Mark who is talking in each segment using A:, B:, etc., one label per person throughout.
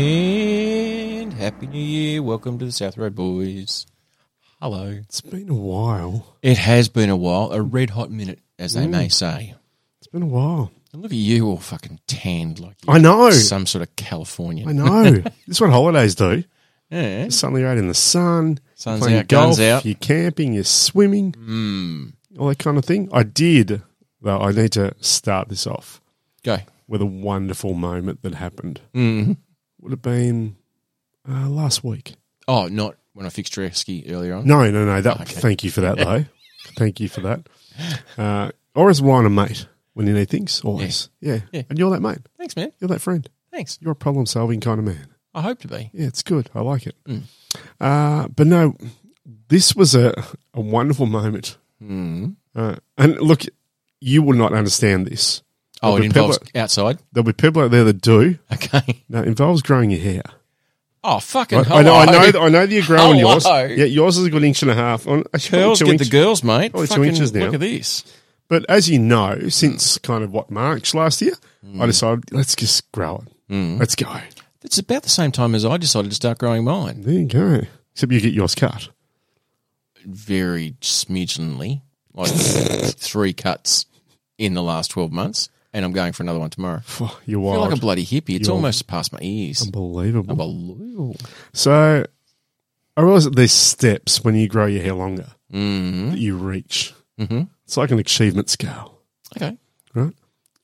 A: And happy new year. Welcome to the South Road Boys. Hello.
B: It's been a while.
A: It has been a while, a red hot minute, as they may say.
B: It's been a while.
A: And look at you all fucking tanned like you
B: I know.
A: some sort of
B: I
A: Californian.
B: know. this is what holidays do.
A: Yeah.
B: Suddenly you're out in the sun.
A: Sun's
B: playing
A: out, guns out.
B: You're camping, you're swimming,
A: Mm.
B: all that kind of thing. I did, though, I need to start this off
A: Go.
B: with a wonderful moment that happened. Would have been uh, last week.
A: Oh, not when I fixed your ski earlier on.
B: No, no, no. That. Thank you for that, though. thank you for that. Uh, or as wine and mate when you need things, always. Yeah.
A: Yeah.
B: And you're that mate.
A: Thanks, man.
B: You're that friend.
A: Thanks.
B: You're a problem solving kind of man.
A: I hope to be.
B: Yeah, it's good. I like it.
A: Mm.
B: Uh, but no, this was a, a wonderful moment. Uh, and look, you will not understand this.
A: Oh, it
B: There'll be
A: involves
B: people-
A: outside.
B: There'll be people out there that do.
A: Okay.
B: No, it involves growing your hair.
A: Oh, fucking
B: I, I know, I know, that, I know that you're growing
A: Hello.
B: yours. Yeah, yours is a good inch and a half. On
A: Girls
B: two
A: get
B: inch-
A: the girls, mate.
B: Probably two
A: Fucking
B: inches now.
A: Look at this.
B: But as you know, since
A: Mm.
B: kind of what March last year, I decided let's just grow it.
A: Mm.
B: Let's go.
A: It's about the same time as I decided to start growing mine.
B: There you go. Except you get yours cut.
A: Very smidgenly, like three cuts in the last 12 months, and I'm going for another one tomorrow. I
B: Phew, You're
A: feel like a
B: wild.
A: bloody hippie. It's almost past my ears.
B: Unbelievable.
A: Unbelievable.
B: So I realize that there's steps when you grow your hair longer that you reach. Mm-hmm. It's like an achievement scale,
A: Okay.
B: right?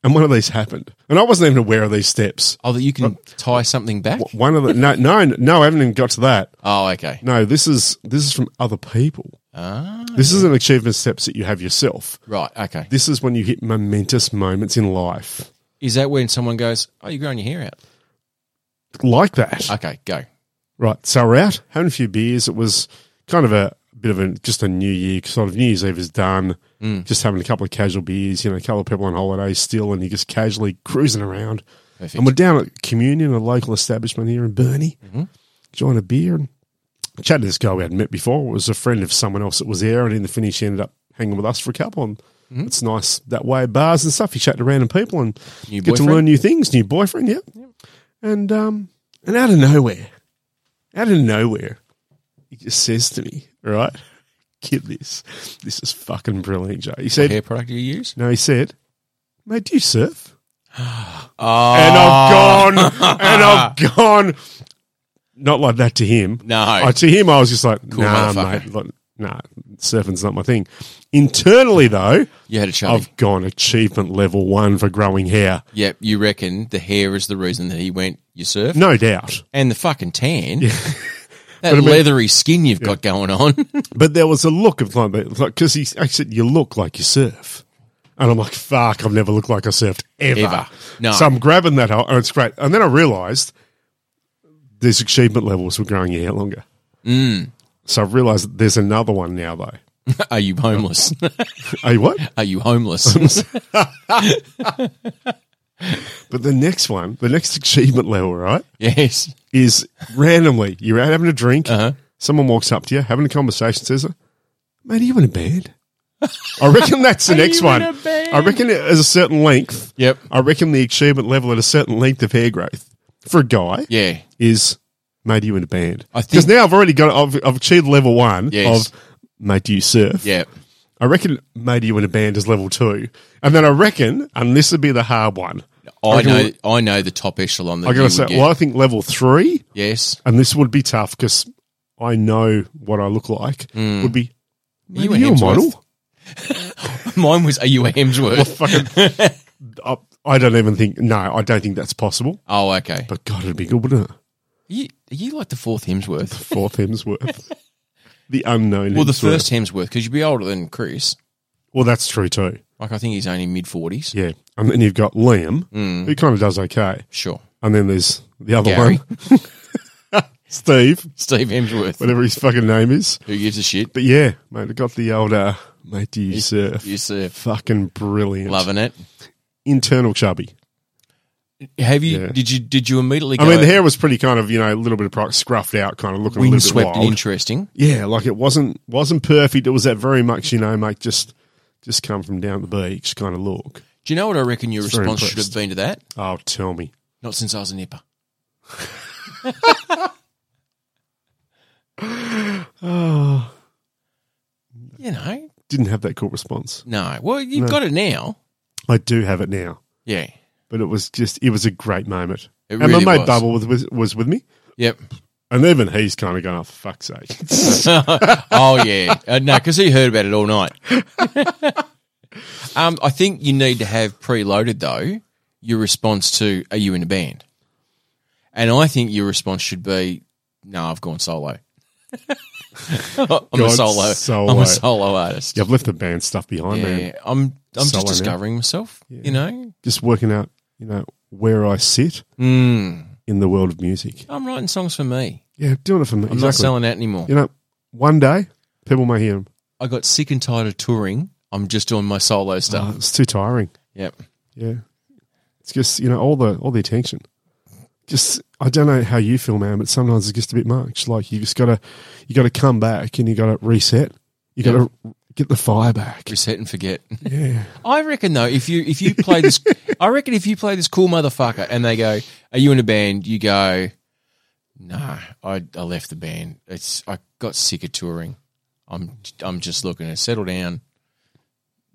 B: And one of these happened, and I wasn't even aware of these steps.
A: Oh, that you can tie something back?
B: W- One of the no, no, no, I haven't even got to that.
A: Oh, okay.
B: No, this is this is from other people.
A: Ah,
B: This is an achievement steps that you have yourself.
A: right. Okay.
B: This is when you hit momentous moments in life,
A: Is that when someone goes, Oh, you're growing your hair out?
B: like that.
A: Okay, go.
B: Right. So we're out having a few beers. It was kind of a bit of a just a New Year sort of New Year's Eve is done. Just having a couple of casual beers, you know, a couple of people on holiday still, and you're just casually cruising around.
A: Perfect.
B: And we're down at communion, a local establishment here in Burnie, enjoying a beer and chatting to this guy we hadn't met before. It was a friend of someone else that was there, and in the finish, he ended up hanging with us for a couple. And it's nice that way, bars and stuff. You chat to random people and
A: New
B: get to
A: boyfriend?
B: learn new things. New boyfriend, yeah. And um, and out of nowhere, out of nowhere, he just says to me, "Right, get this. This is fucking brilliant, Joe." He said,
A: Hair product you use?
B: "No," he said, "Mate, do you surf?"
A: Oh,
B: and I've gone, and I've gone. Not like that to him.
A: No.
B: I, to him, I was just like, nah,
A: motherfucker."
B: mate, like, nah, surfing's not my thing. Internally, though,
A: you had a chubby.
B: I've gone achievement level one for growing hair.
A: Yep, you reckon the hair is the reason that he went, You surf?
B: No doubt.
A: and the fucking tan. That
B: I mean-
A: leathery skin you've got going on.
B: But there was a look of like, because like, 'cause he I said, you look like you surf. And I'm like, fuck, I've never looked like I surfed ever.
A: Ever. No.
B: So I'm grabbing that, and it's great. And then I realized there's achievement levels were growing your hair longer.
A: Mm.
B: So I've realized that there's another one now, though.
A: Are you homeless?
B: Are you what?
A: Are you homeless?
B: But the next one, the next achievement level, right,
A: yes.
B: is randomly you're out having a drink.
A: Uh-huh.
B: Someone walks up to you, having a conversation, says, "Mate, are you in a band?" I reckon that's the
A: Are
B: next
A: you
B: one.
A: in a band?
B: I reckon it is a certain length.
A: Yep.
B: I reckon the achievement level at a certain length of hair growth for a guy
A: Yeah.
B: is, "Mate, are you in a band?"
A: I
B: Because
A: think-
B: now I've already got, I've, I've achieved level one
A: Yes.
B: of, "Mate, do you surf?"
A: Yep.
B: I reckon maybe you in a band is level two, and then I reckon, and this would be the hard one.
A: I
B: reckon-
A: know. I know the top echelon. That
B: I
A: you
B: gotta
A: would
B: say,
A: get.
B: well, I think level three,
A: Yes.
B: and this would be tough because I know what I look like. Would be
A: Are Hmm. you
B: you,
A: a
B: you a model?
A: Mine was. Are you a Hemsworth?
B: Fucking, I, I don't even think. No, I don't think that's possible.
A: oh, okay.
B: But God, it'd be good, wouldn't it?
A: You, are you like the fourth Hemsworth?
B: Fourth Hemsworth, the unknown.
A: Well, the
B: Hemsworth.
A: first Hemsworth, because you'd be older than Chris.
B: Well, that's true too.
A: Like I think he's only mid forties.
B: Yeah, and then you've got Liam, who kind of does okay,
A: Sure.
B: and then there's the other
A: Hmm. Gary.
B: one, Steve,
A: Steve Hemsworth.
B: whatever his fucking name is.
A: Who gives a shit?
B: But yeah, mate, I got the old uh, mate. Do you surf?
A: You surf.
B: Fucking brilliant.
A: uh, Loving it.
B: Internal chubby.
A: Have you?
B: Yeah.
A: Did you? Did you immediately? Go,
B: I mean, the hair was pretty kind of, you know, a little bit of pro- scruffed out, kind of looking a little bit
A: windswept
B: wild.
A: and interesting.
B: Yeah, like it wasn't wasn't perfect. It was that very much, you know, mate, just just come from down the beach kind of look.
A: Do you know what I reckon your
B: very
A: response should have
B: impressed.
A: been to that?
B: Oh, tell me.
A: Not since I was a nipper. Ah.
B: Oh,
A: You know,
B: didn't have that cool response.
A: no. Well, you've got it now.
B: I do have it now,
A: Yeah.
B: but it was just it was a great moment.
A: It
B: and my
A: really
B: mate
A: was.
B: Bubble was, was was with me,
A: Yep.
B: and even he's kind of going, "Oh, for fuck's sake!"
A: oh yeah, uh, no, because he heard about it all night. um, I think you need to have preloaded though your response to "Are you in a band?" and I think your response should be "No, I've gone solo. I'm a
B: Gone
A: solo,
B: solo.
A: I'm a solo artist.
B: You've left the band stuff behind,
A: Yeah,
B: man.
A: I'm I'm just
B: Solo now.
A: discovering myself. You know,
B: Just working out, you know, where I sit
A: mm,
B: in the world of music.
A: I'm writing songs for me.
B: Yeah, doing it for me.
A: I'm not selling out anymore.
B: You know, one day people may hear "Oh, them.
A: I got sick and tired of touring. I'm just doing my solo stuff.
B: it's too tiring.
A: Yep.
B: Yeah, it's just you know all the all the attention. Just I don't know how you feel, man, but sometimes it's just a bit much. Like you just gotta you gotta come back and you gotta reset. You gotta get the fire back.
A: Reset and forget.
B: Yeah,
A: I reckon though, if you if you play this, I reckon if you play this cool motherfucker, and they go, "Are you in a band?" You go, "No, I, I left the band. It's I got sick of touring. I'm I'm just looking to settle down.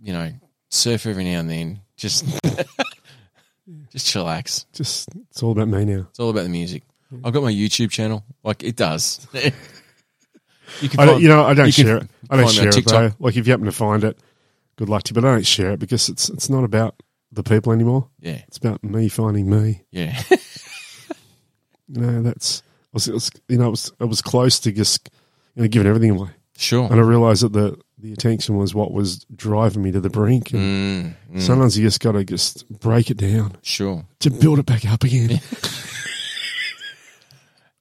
A: You know, surf every now and then. Just just chillax.
B: just it's all about me now.
A: It's all about the music. I've got my YouTube channel. Like it does. you can
B: I don't,
A: find-
B: you know, I don't
A: you can
B: share it. I don't
A: find me on
B: share it though.
A: TikTok.
B: Like if you happen to find it, good luck to you. But I don't share it because it's it's not about the people anymore.
A: yeah,
B: It's about me finding me.
A: yeah.
B: You know, that's I was, it was you know, I was I was close to just you know giving everything away,
A: sure.
B: and I realised that the the attention was what was driving me to the brink. And
A: Mm, mm,
B: sometimes you just got to just break it down
A: sure.
B: to build it back up again.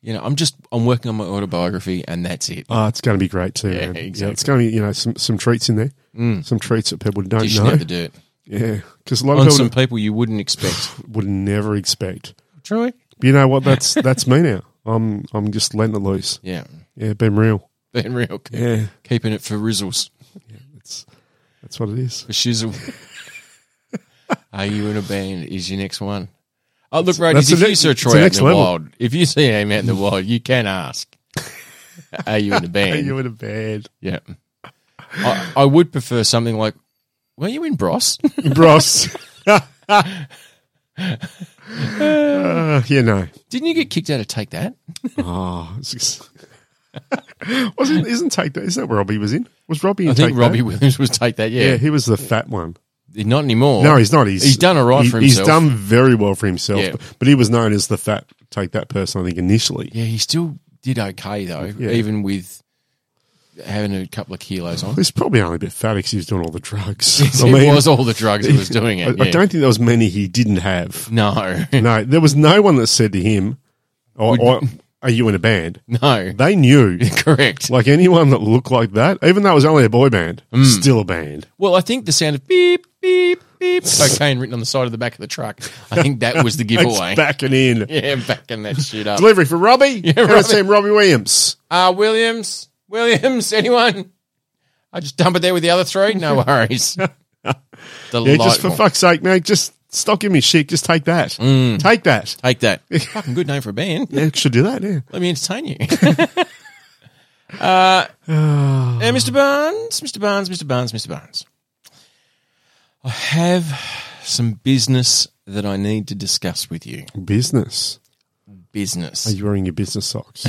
A: You know, I'm just I'm working on my autobiography, and that's it.
B: Ah, it's going to be great too.
A: Yeah,
B: man.
A: exactly.
B: it's going to be you know some some treats in there,
A: Mm.
B: some treats that people don't
A: Dishing
B: know.
A: out the dirt
B: Yeah, because a lot of
A: on
B: people
A: some people you wouldn't expect.
B: would never expect.
A: Truly,
B: But you know what? That's that's me now. I'm I'm just letting it loose.
A: yeah,
B: Yeah, being real.
A: being real, keep-
B: Yeah,
A: keeping it for rizzles,
B: that's that's what it is.
A: for shizzle. Are you in a band? Is your next one? Oh, look,
B: that's
A: Radies,
B: the
A: if you
B: next-
A: see a
B: it's
A: Troy
B: the
A: out in
B: next
A: the
B: level.
A: wild, if you see him out in the wild, you can ask, "Are you in a
B: Are
A: band?"
B: you in a band,
A: yeah, I, I would prefer something like, "Were you in Bros?"
B: Bros? uh, you know.
A: Didn't you get kicked out of Take That?
B: Oh, it's just- wasn't isn't take that? Is that where Robbie was in? Was Robbie in
A: I think
B: Take
A: Robbie
B: That?
A: Williams was Take That.
B: Yeah,
A: Yeah,
B: he was the fat one.
A: not anymore.
B: No, he's not. He's
A: He's done all right for himself.
B: He's done very well for himself.
A: Yeah.
B: But he was known as the fat take that person. I think initially.
A: Yeah, he still did okay though,
B: Yeah.
A: even with having a couple of kilos on.
B: He's probably only a bit fat because he was doing all the drugs.
A: it was all the drugs he was doing
B: I,
A: it.
B: I
A: yeah. Mm.
B: don't think there was many he didn't have.
A: No,
B: No, there was no one that said to him, or, or, "Are you in a band?"
A: no,
B: They knew,
A: correct.
B: like anyone that looked like that, even though it was only a boy band,
A: Hmm.
B: still a band.
A: Well, I think the sound of beep beep beep cocaine written on the side of the back of the truck. I think that was the
B: It's
A: giveaway.
B: backing in.
A: yeah, backing that shit up.
B: Delivery for Robbie. Yeah,
A: Robbie.
B: Robbie. Robbie Williams.
A: Uh Williams, Williams, anyone? I just dump it there with the other three. No worries.
B: Yeah,
A: Delightful.
B: just for fuck's sake, mate. Just stop giving me shit. Just take that.
A: Hmm.
B: Take that.
A: Take that. Fucking good name for a band.
B: Yeah, should do that. Yeah.
A: Let me entertain you. uh, eh, Mr. Barnes, Mr. Barnes, Mr. Barnes, Mr. Barnes. I have some business that I need to discuss with you.
B: Business. Are
A: Business.
B: you wearing your business socks?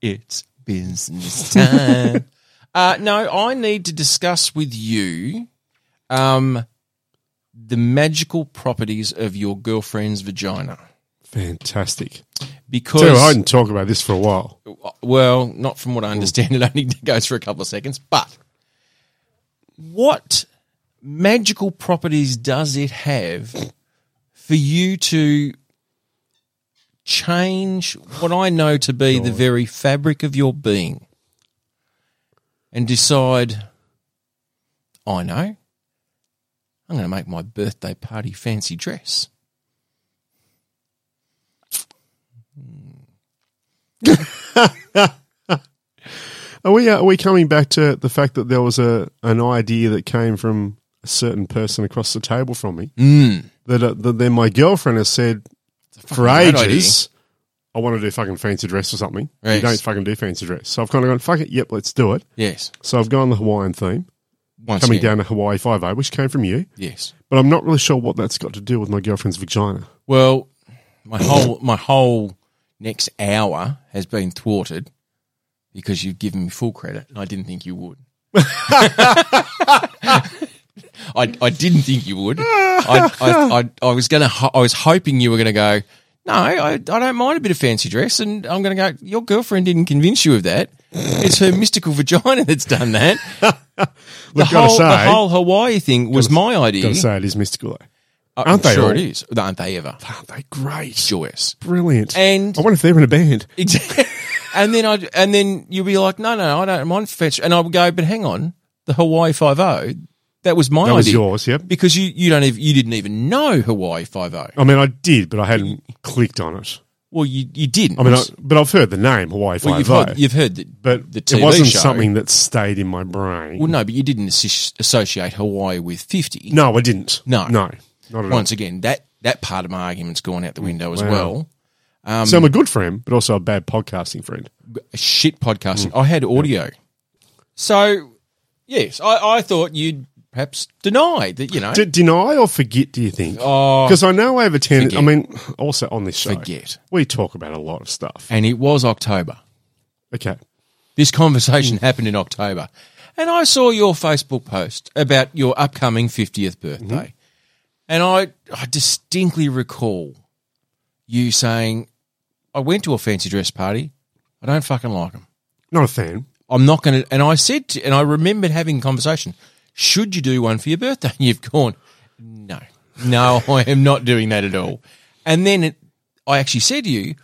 A: It's business time. uh, no, I need to discuss with you um, the magical properties of your girlfriend's vagina.
B: Fantastic.
A: Because
B: Tell you what, I didn't talk about this for a while.
A: Well, not from
B: Hmm.
A: what I understand. It only goes for a couple of seconds. But what magical properties does it have for you to change what I know to be the very fabric of your being and decide, I know, I'm going to make my birthday party fancy dress?
B: Are we? uh, Are we coming back to the fact that there was a an idea that came from a certain person across the table from me
A: Mm.
B: that, uh, that then my girlfriend has said for
A: great idea.
B: ages, I want to do fucking fancy dress or something. You
A: Right.
B: don't fucking do fancy dress. So I've kind of gone, fuck it, yep, let's do it.
A: Yes.
B: So I've gone the Hawaiian theme,
A: Once
B: coming
A: again.
B: down to Hawaii 5 which came from you.
A: Yes.
B: But I'm not really sure what that's got to do with my girlfriend's vagina.
A: Well, my whole my whole next hour has been thwarted because you've given me full credit, and I didn't think you would. I, I didn't think you would. I, I, I, I was gonna. ho- I was hoping you were gonna go. No, I, I don't mind a bit of fancy dress, and I'm gonna go. Your girlfriend didn't convince you of that. It's her mystical vagina that's done that. the,
B: gotta
A: whole, the
B: say-
A: whole Hawaii thing was my idea.
B: Gotta say it is mystical though.
A: Uh,
B: aren't they
A: sure
B: all?
A: it is. Aren't they ever?
B: Aren't they great?
A: Joyous.
B: Brilliant.
A: And
B: I wonder if they're in a band.
A: Exactly. and then I would and then you'll be like, no, no, I don't mind fetch. And I would go, but hang on, the Hawaii Five O, that was my
B: That
A: idea
B: was yours, yep.
A: because you you don't even, you didn't even know Hawaii Five O.
B: I mean, I did, but I hadn't clicked on it.
A: Well, you you didn't.
B: I mean, I, but I've heard the name Hawaii
A: well,
B: Five
A: you've
B: O,
A: heard, you've heard that,
B: but
A: the
B: it
A: TV
B: wasn't
A: show.
B: something that stayed in my brain.
A: Well, no, but you didn't associ- associate Hawaii with fifty.
B: no, I didn't.
A: No.
B: no, not at
A: Once again, that that part of my argument's gone out the window as
B: Wow.
A: well. Um,
B: all. So I'm a good friend, but also a bad podcasting friend.
A: a shit podcasting.
B: Mm.
A: I had audio. So, yes, I, I thought you'd perhaps deny that, you know.
B: D- deny or forget? Do you think?
A: Oh,
B: Because I know I have a tendency. I
A: Forget.
B: mean, also on this show,
A: forget.
B: we talk about a lot of stuff.
A: And it was October.
B: Okay,
A: This conversation happened in October. And I saw your Facebook post about your upcoming 50th birthday. And I, I distinctly recall you saying, I went to a fancy dress party. I don't fucking like them.
B: not a fan.
A: I'm not going to. And I said, to, and I remembered having a conversation. Should you do one for your birthday? And you've gone, no, no, I am not doing that at all. And then it, I actually said to you,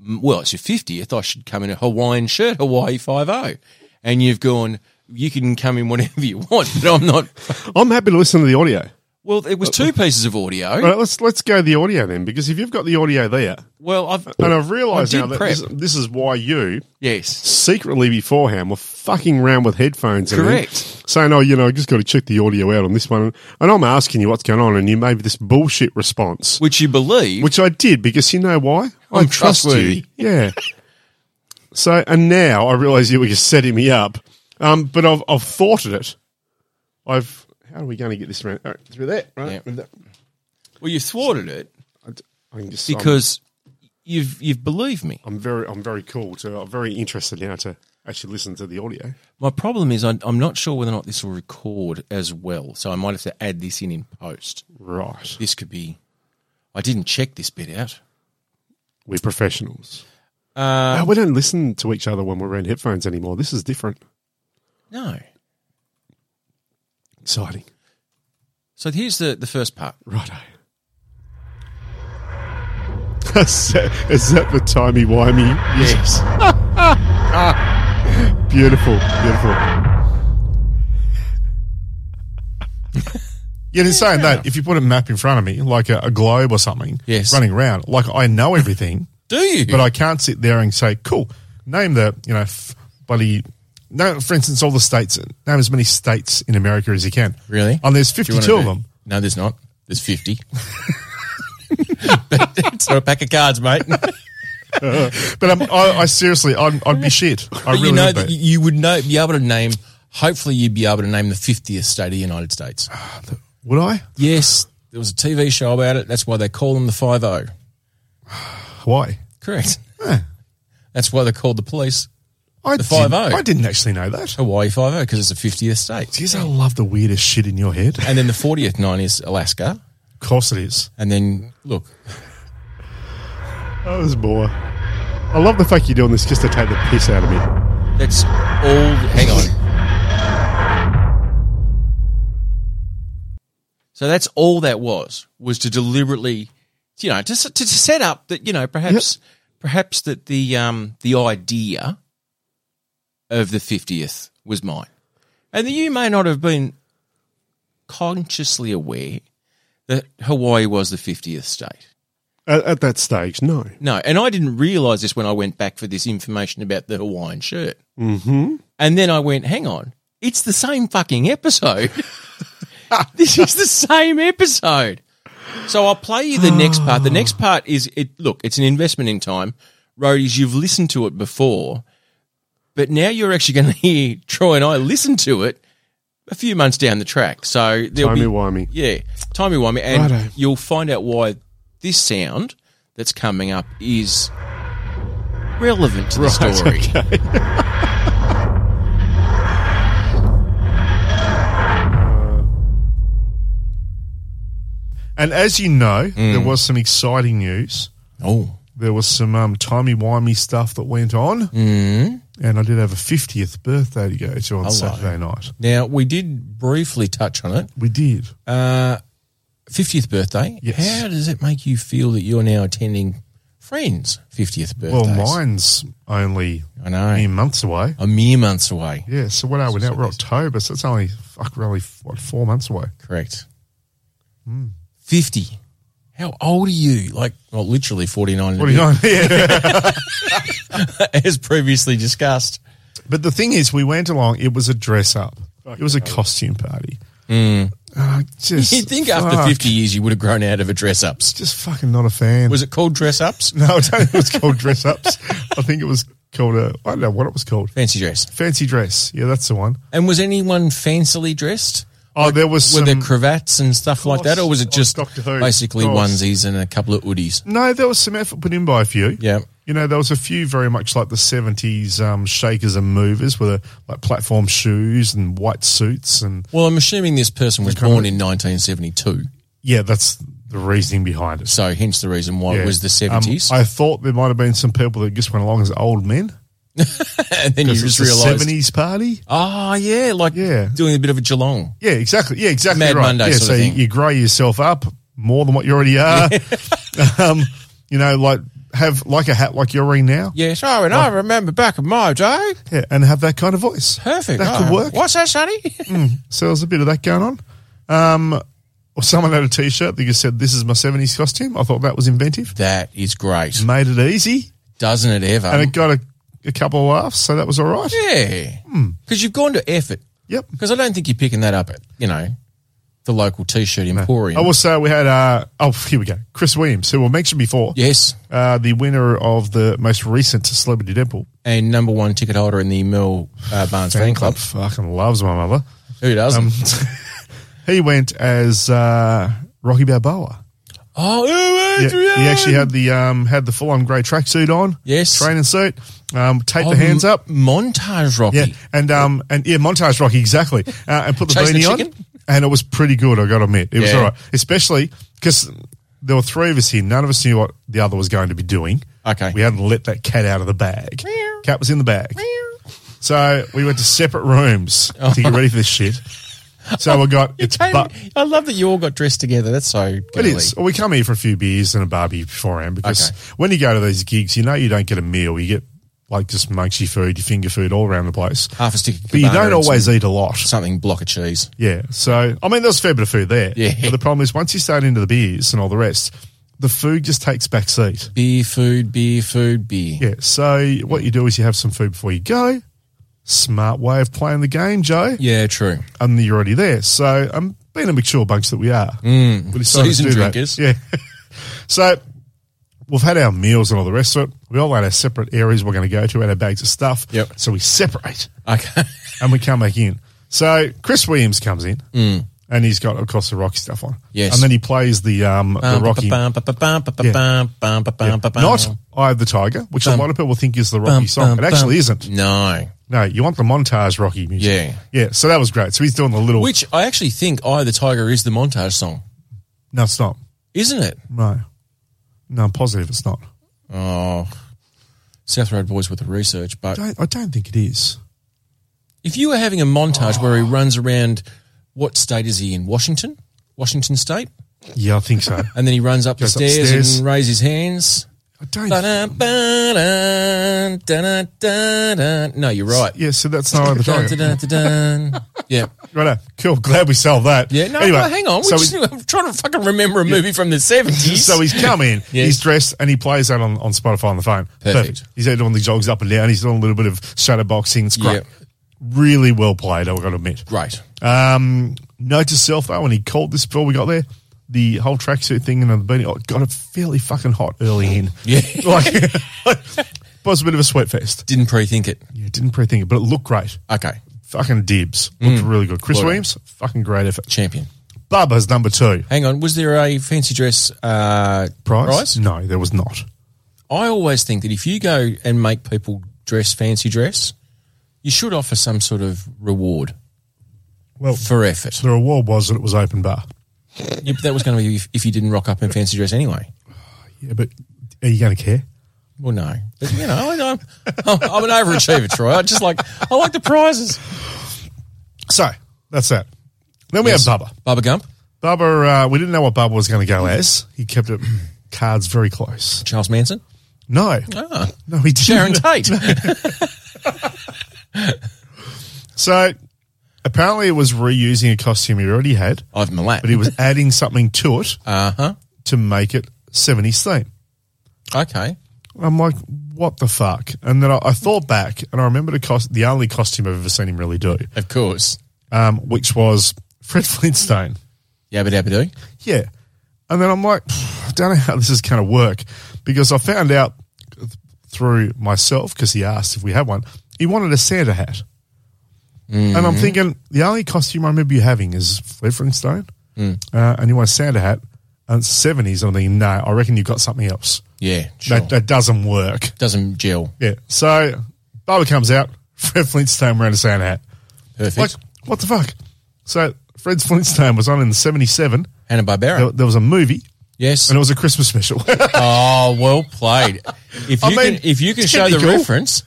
A: "M- well, it's your fiftieth. I should come in a Hawaiian shirt, Hawaii Five O. And you've gone, you can come in whatever you want, but I'm not.
B: I'm happy to listen to the audio.
A: Well, it was two pieces of audio.
B: All right, let's let's go the audio then, because if you've got the audio there,
A: Well, I've
B: and I've realised
A: I
B: now
A: did
B: that
A: prep.
B: this, this is why you
A: yes,
B: secretly beforehand were fucking around with headphones. and
A: Correct.
B: Saying, oh, you know, I just got to check the audio out on this one. And I'm asking you what's going on, and you made this bullshit response,
A: which you believe.
B: which I did because you know why? I
A: I'm trustworthy.
B: Yeah. so, and now I realize you were just setting me up, um, but I've, I've thought it. I've, how are we going to get this around? All right, through that, right?
A: Yeah.
B: With that.
A: Well, you thwarted it
B: I d- I can just,
A: because
B: because
A: you've you've believed me.
B: I'm, I'm very, I'm very cool. So I'm very interested now to actually listen to the audio.
A: My problem is I, I'm not sure whether or not this will record as well, so I might have to add this in in post.
B: Right.
A: This could be. I didn't check this bit out.
B: We're professionals.
A: Uh,
B: Oh, we don't listen to each other when we're in headphones anymore. This is different.
A: no.
B: Exciting.
A: So here's the, the first part.
B: Righto. is that- is that the timey wimey?
A: Yes.
B: Beautiful, beautiful.
C: Yet in saying that, if you put a map in front of me, like a, a globe or something,
A: Yes.
C: running around, like I know everything,
A: Do you?
C: but I can't sit there and say, "Cool, name the you know f- bloody." No, for instance, all the states. Name as many states in America as you can.
A: Really?
C: And there's
A: Do you wanna
C: 52 of
A: do-
C: them.
A: No, there's not. There's 50. But it's not a pack of cards, mate. But
C: But
B: um,
C: I'm, I, I seriously, I'm, I'd be shit. I really
A: you know
C: would
A: that
C: be.
A: you- you would know, be able to name, hopefully, you'd be able to name the 50th state of the United States.
C: would I?
A: Yes, there was a TV show about it. That's why they call them the oh. 5 0.
C: Hawaii.
A: Correct. That's why they're called the police
C: I
A: The oh.
C: didn't-
A: 50.
C: I didn't actually know that.
A: Hawaii Five O because it's the 50th state.
C: Geez, I love the weirdest shit in your head.
A: And then the 40th nine is Alaska.
C: Of course it is.
A: And then look,
B: That was more. Oh, I love the fact you're doing this just to take the piss out of me.
A: that's all. Hang on. So that's all that was was to deliberately, you know, just to, to set up that you know perhaps perhaps that the um the idea of the 50th was mine, and that you may not have been consciously aware that Hawaii was the 50th state.
B: At, at that stage, no.
A: No, and I didn't realise this when I went back for this information about the Hawaiian shirt. Mm-hmm. And then I went, hang on, it's the same fucking episode. this is the same episode. So I'll play you the next part. The next part is it. Look, it's an investment in time, roadies. You've listened to it before, but now you're actually going to hear Troy and I listen to it a few months down the track. So there'll
D: Timey
A: be
D: wimey.
A: yeah, timey wimey, and
D: Righto.
A: you'll find out why this sound that's coming up is relevant to the story.
B: And as you know,
A: Mm.
B: there was some exciting news.
A: Oh,
B: There was some um, timey-wimey stuff that went on.
A: Mm.
B: And I did have a 50th birthday to go to on Saturday night.
A: now we did briefly touch on it.
B: We did.
A: Fiftieth birthday.
B: Yes.
A: How does it make you feel that you're now attending friends' fiftieth birthday?
B: well, mine's only
A: I know.
B: mere months away.
A: A mere months away.
B: Yeah, so what are we now? We're October, so it's only, fuck, really, what, four months away.
A: Correct.
B: Hmm.
A: Fifty. How old are you? Like, well, literally forty nine.
B: What do you know? Yeah.
A: As previously discussed.
B: But the thing is, we went along. It was a dress up. It was a costume party. Mm. just
A: You'd think after
B: fuck,
A: fifty years you would have grown out of a dress ups.
B: just fucking not a fan.
A: Was it called dress ups?
B: no, I don't think it was called dress ups. I think it was called a. I don't know what it was called.
A: Fancy dress.
B: Fancy dress. Yeah, that's the one.
A: And was anyone fancily dressed?
B: Oh, there was
A: Were
B: some.
A: there cravats and stuff like that, or was it
B: Of
A: just
B: Doctor Who,
A: basically
B: of course.
A: onesies and a couple of hoodies?
B: no, there was some effort put in by a few.
A: Yeah.
B: You know, there was a few very much like the seventies um, shakers and movers with a, like platform shoes and white suits and
A: Well, I'm assuming this person was born in 1972.
B: yeah, that's the reasoning behind it.
A: So, hence the reason why
B: Yeah.
A: it was the
B: Um,
A: 70s.
B: I thought there might have been some people that just went along as old men.
A: and then you
B: Because
A: just
B: it's a
A: realised,
B: 70s party.
A: oh, yeah, like
B: Yeah.
A: doing a bit of a Geelong.
B: Yeah, exactly. Yeah, exactly.
A: Mad
B: right.
A: Monday
B: Yeah,
A: sort
B: so
A: of
B: you-
A: thing.
B: you grow yourself up more than what you already are. um, you know, like have like a hat like you're wearing now.
A: Yes, oh, and I remember back in my day.
B: Yeah, and have that kind of voice.
A: Perfect.
B: That could
A: Oh,
B: work. Mm.
A: What's that, Sonny?
B: So there's a bit of that going on. Um, or someone had a t-shirt that just said, "This is my '70s costume." I thought that was inventive.
A: that is great.
B: Made it easy,
A: Doesn't it ever?
B: and it got a, a couple of laughs, so that was all right.
A: yeah.
B: Hmm.
A: Because you've gone to effort.
B: Yep.
A: Because I don't think you're picking that up at, you know, the local t shirt emporium.
B: I will say we had. Uh, oh, here we go. Chris Williams, who we mentioned before.
A: yes.
B: uh, the winner of the most recent Celebrity Dimple.
A: And number one ticket holder in the Mel uh, Barnes fan, club.
B: fucking loves my mother.
A: Who doesn't?
B: He went as uh, Rocky Balboa.
A: oh,
B: Yeah,
A: Adrian!
B: he actually had the um, had the full on grey tracksuit on.
A: Yes.
B: training suit. Um, tape
A: Oh,
B: the hands up.
A: Montage Rocky.
B: Yeah, and um, and yeah, montage Rocky exactly, uh, and put the
A: Chase the
B: beanie on,
A: chicken?
B: and it was pretty good. I got to admit, it was
A: Yeah.
B: all right, especially because there were three of us here. None of us knew what the other was going to be doing.
A: Okay.
B: we hadn't let that cat out of the bag.
A: Meow.
B: Cat was in the bag, so we went to separate rooms to get ready for this shit. So we got
A: You
B: it's
A: came-
B: but
A: I love that you all got dressed together. That's so
B: it
A: girly.
B: is. Well, we come here for a few beers and a barbie beforehand because
A: Okay.
B: when you go to these gigs, you know you don't get a meal. You get like just munchie food, your finger food all around the place.
A: Half a stick of
B: But you
A: Cabana
B: don't
A: and
B: always eat a lot.
A: some- something block of cheese.
B: Yeah. So, I mean, there's a fair bit of food there.
A: Yeah.
B: But the problem is, once you start into the beers and all the rest, the food just takes back seat.
A: Beer, food, beer, food, beer.
B: Yeah. So, what you do is you have some food before you go. Smart way of playing the game, Joe.
A: Yeah, true.
B: And you're already there. So, I'm being a mature bunch that we are. Mm. We decided to
A: Seasoned
B: do that.
A: drinkers.
B: Yeah. so, we've had our meals and all the rest of it. We all had our separate areas we're going to go to, had our bags of stuff.
A: Yep.
B: So, we separate.
A: Okay.
B: and we come back in. So Chris Williams comes in, and he's got, of course, the Rocky stuff on.
A: Mm. Yes.
B: and then he plays the um the Rocky. Yeah. Not
A: Not
B: "Eye of the Tiger," which a lot of people think is the Rocky song. It actually isn't.
A: No.
B: No, you want the montage Rocky music.
A: Yeah.
B: yeah. So that was great. So he's doing the little.
A: Which I actually think I the Tiger is the montage song,
B: no, it's not.
A: isn't it?
B: No, no, I'm positive it's not.
A: Oh. South Road Boys with the research, but
B: Don't, I don't think it is.
A: if you were having a montage where he runs around what state is he in? Washington? Washington State?
B: Yeah, I think so. I
A: And then he runs up the
B: Goes
A: stairs
B: upstairs.
A: and raises his hands.
B: don't.
A: Ba-dum, ba-dum, dun-dun, dun-dun. No, you're right.
B: yeah, so that's not Eye of the
A: Dun, dun,
B: Tiger.
A: dun, dun, dun. Yeah.
B: Right, cool. Glad we solved that.
A: Yeah, no,
B: Anyway,
A: no, hang on. We
B: so
A: just,
B: he-
A: I'm trying to fucking remember a movie from the 70s.
B: So he's come in,
A: Yes.
B: he's dressed, and he plays that on, on Spotify on the phone.
A: Perfect.
B: He's out doing the jogs up and down. He's doing a little bit of shadowboxing. It's great.
A: Yep.
B: Really well played, I've got to admit.
A: Great.
B: Um, note to self, though, and he called this before we got there. the whole tracksuit thing and the beanie, I got it fairly fucking hot early in.
A: Yeah.
B: Like, but it was a bit of a sweat fest.
A: Didn't pre-think it.
B: Yeah, didn't pre think it, but it looked great.
A: Okay,
B: Fucking dibs. Looked really good. Chris Williams, fucking great effort.
A: champion.
B: Bubba's number two.
A: Hang on, was there a fancy dress uh,
B: Prize? No, there was not.
A: I always think that if you go and make people dress fancy dress, you should offer some sort of reward
B: Well,
A: for effort.
B: the reward was that it was open bar.
A: Yeah, but that was going to be if, if you didn't rock up in fancy dress anyway.
B: Yeah, but are you going to care?
A: Well, no, but you know, I, I'm, I'm an overachiever, Troy. I just like I like the prizes.
B: So that's that. Then we
A: Yes.
B: had Bubba.
A: Bubba Gump,
B: Bubba, uh, we didn't know what Bubba was going to go as. He kept it mm, cards very close.
A: Charles Manson,
B: No,
A: ah,
B: no, he didn't.
A: Sharon Tate.
B: So apparently, it was reusing a costume he already had,
A: I've Milat.
B: but he was adding something to it
A: Uh huh.
B: to make it seventies theme.
A: Okay.
B: I'm like, what the fuck? And then I, I thought back, and I remembered a cost, the only costume I've ever seen him really do,
A: Of course.
B: um, which was Fred Flintstone.
A: Yabba dabba doo.
B: Yeah. And then I'm like, "Pfft, I don't know how this is going to work because I found out th- through myself because he asked if we had one. He wanted a Santa hat. And I'm thinking, the only costume I remember you having is Flintstone uh, and you want a Santa hat and it's 70s. And I'm thinking, no, I reckon you've got something else.
A: Yeah, sure.
B: That, that doesn't work.
A: Doesn't gel.
B: Yeah. So Bubba comes out, Fred Flintstone wearing a Santa hat.
A: Perfect.
B: Like, what the fuck? So Fred Flintstone was on in 77.
A: Hannah
B: There,
A: Barbera.
B: there was a movie.
A: Yes.
B: And it was a Christmas special. and
A: Oh, well played. If you
B: I mean,
A: can, if you can show the
B: technical.
A: reference,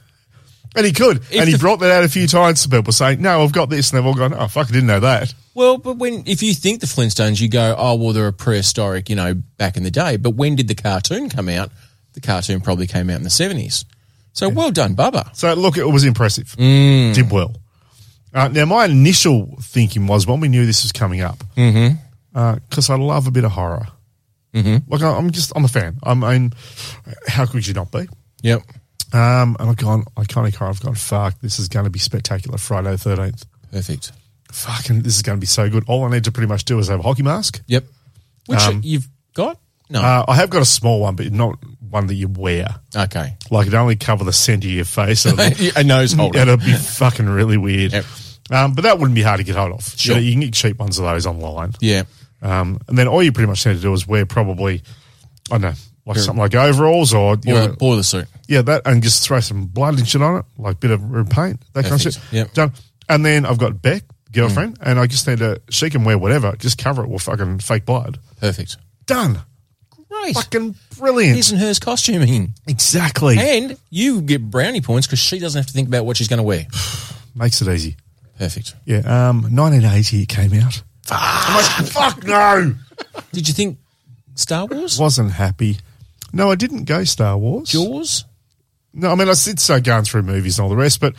B: he could. and he
A: the-
B: brought that out a few times to people saying, no, I've got this. And they've all gone, oh, fuck, I didn't know that.
A: well, but when if you think the Flintstones, you go, oh well, they're a prehistoric, you know, back in the day. But when did the cartoon come out? The cartoon probably came out in the seventies. So well done, Bubba.
B: So, look, it was impressive. Did well. Uh, now, my initial thinking was when we knew this was coming up, because I love a bit of horror. Mm-hmm. Like, I, I'm just, I'm a fan. I mean, how could you not be?
A: Yep.
B: Um, and I've gone, iconic horror. I've gone, fuck, this is going to be spectacular Friday the 13th.
A: Perfect.
B: Fucking, this is going to be so good. All I need to pretty much do is have a hockey mask.
A: Yep. Um, Which you've got? No.
B: Uh, I have got a small one, but not one that you wear.
A: okay.
B: Like it only cover the centre of your face. And it'll,
A: A nose holder.
B: and it'll be fucking really weird.
A: Yep.
B: Um, but that wouldn't be hard to get hold of. You
A: Sure.
B: know, You, can get cheap ones of those online.
A: Yeah.
B: Um, and then all you pretty much need to do is wear probably, I don't know, like something like overalls or, you
A: Boiler,
B: know,
A: boiler suit.
B: yeah, that and just throw some blood and shit on it, like bit of red paint, that kind of
A: Perfect.
B: shit.
A: Yep.
B: Done. And then I've got Beck, girlfriend, and I just need to, she can wear whatever, just cover it with fucking fake blood.
A: Perfect.
B: Done.
A: Great.
B: Fucking brilliant.
A: His and hers costuming.
B: Exactly.
A: And you get brownie points because she doesn't have to think about what she's going to wear.
B: Makes it easy.
A: Perfect.
B: Yeah. Um, 1980 it came out. Fuck. I'm like, fuck no.
A: Did you think Star Wars?
B: Wasn't happy. No, I didn't go Star Wars.
A: Jaws?
B: No, I mean, I did start going through movies and all the rest, but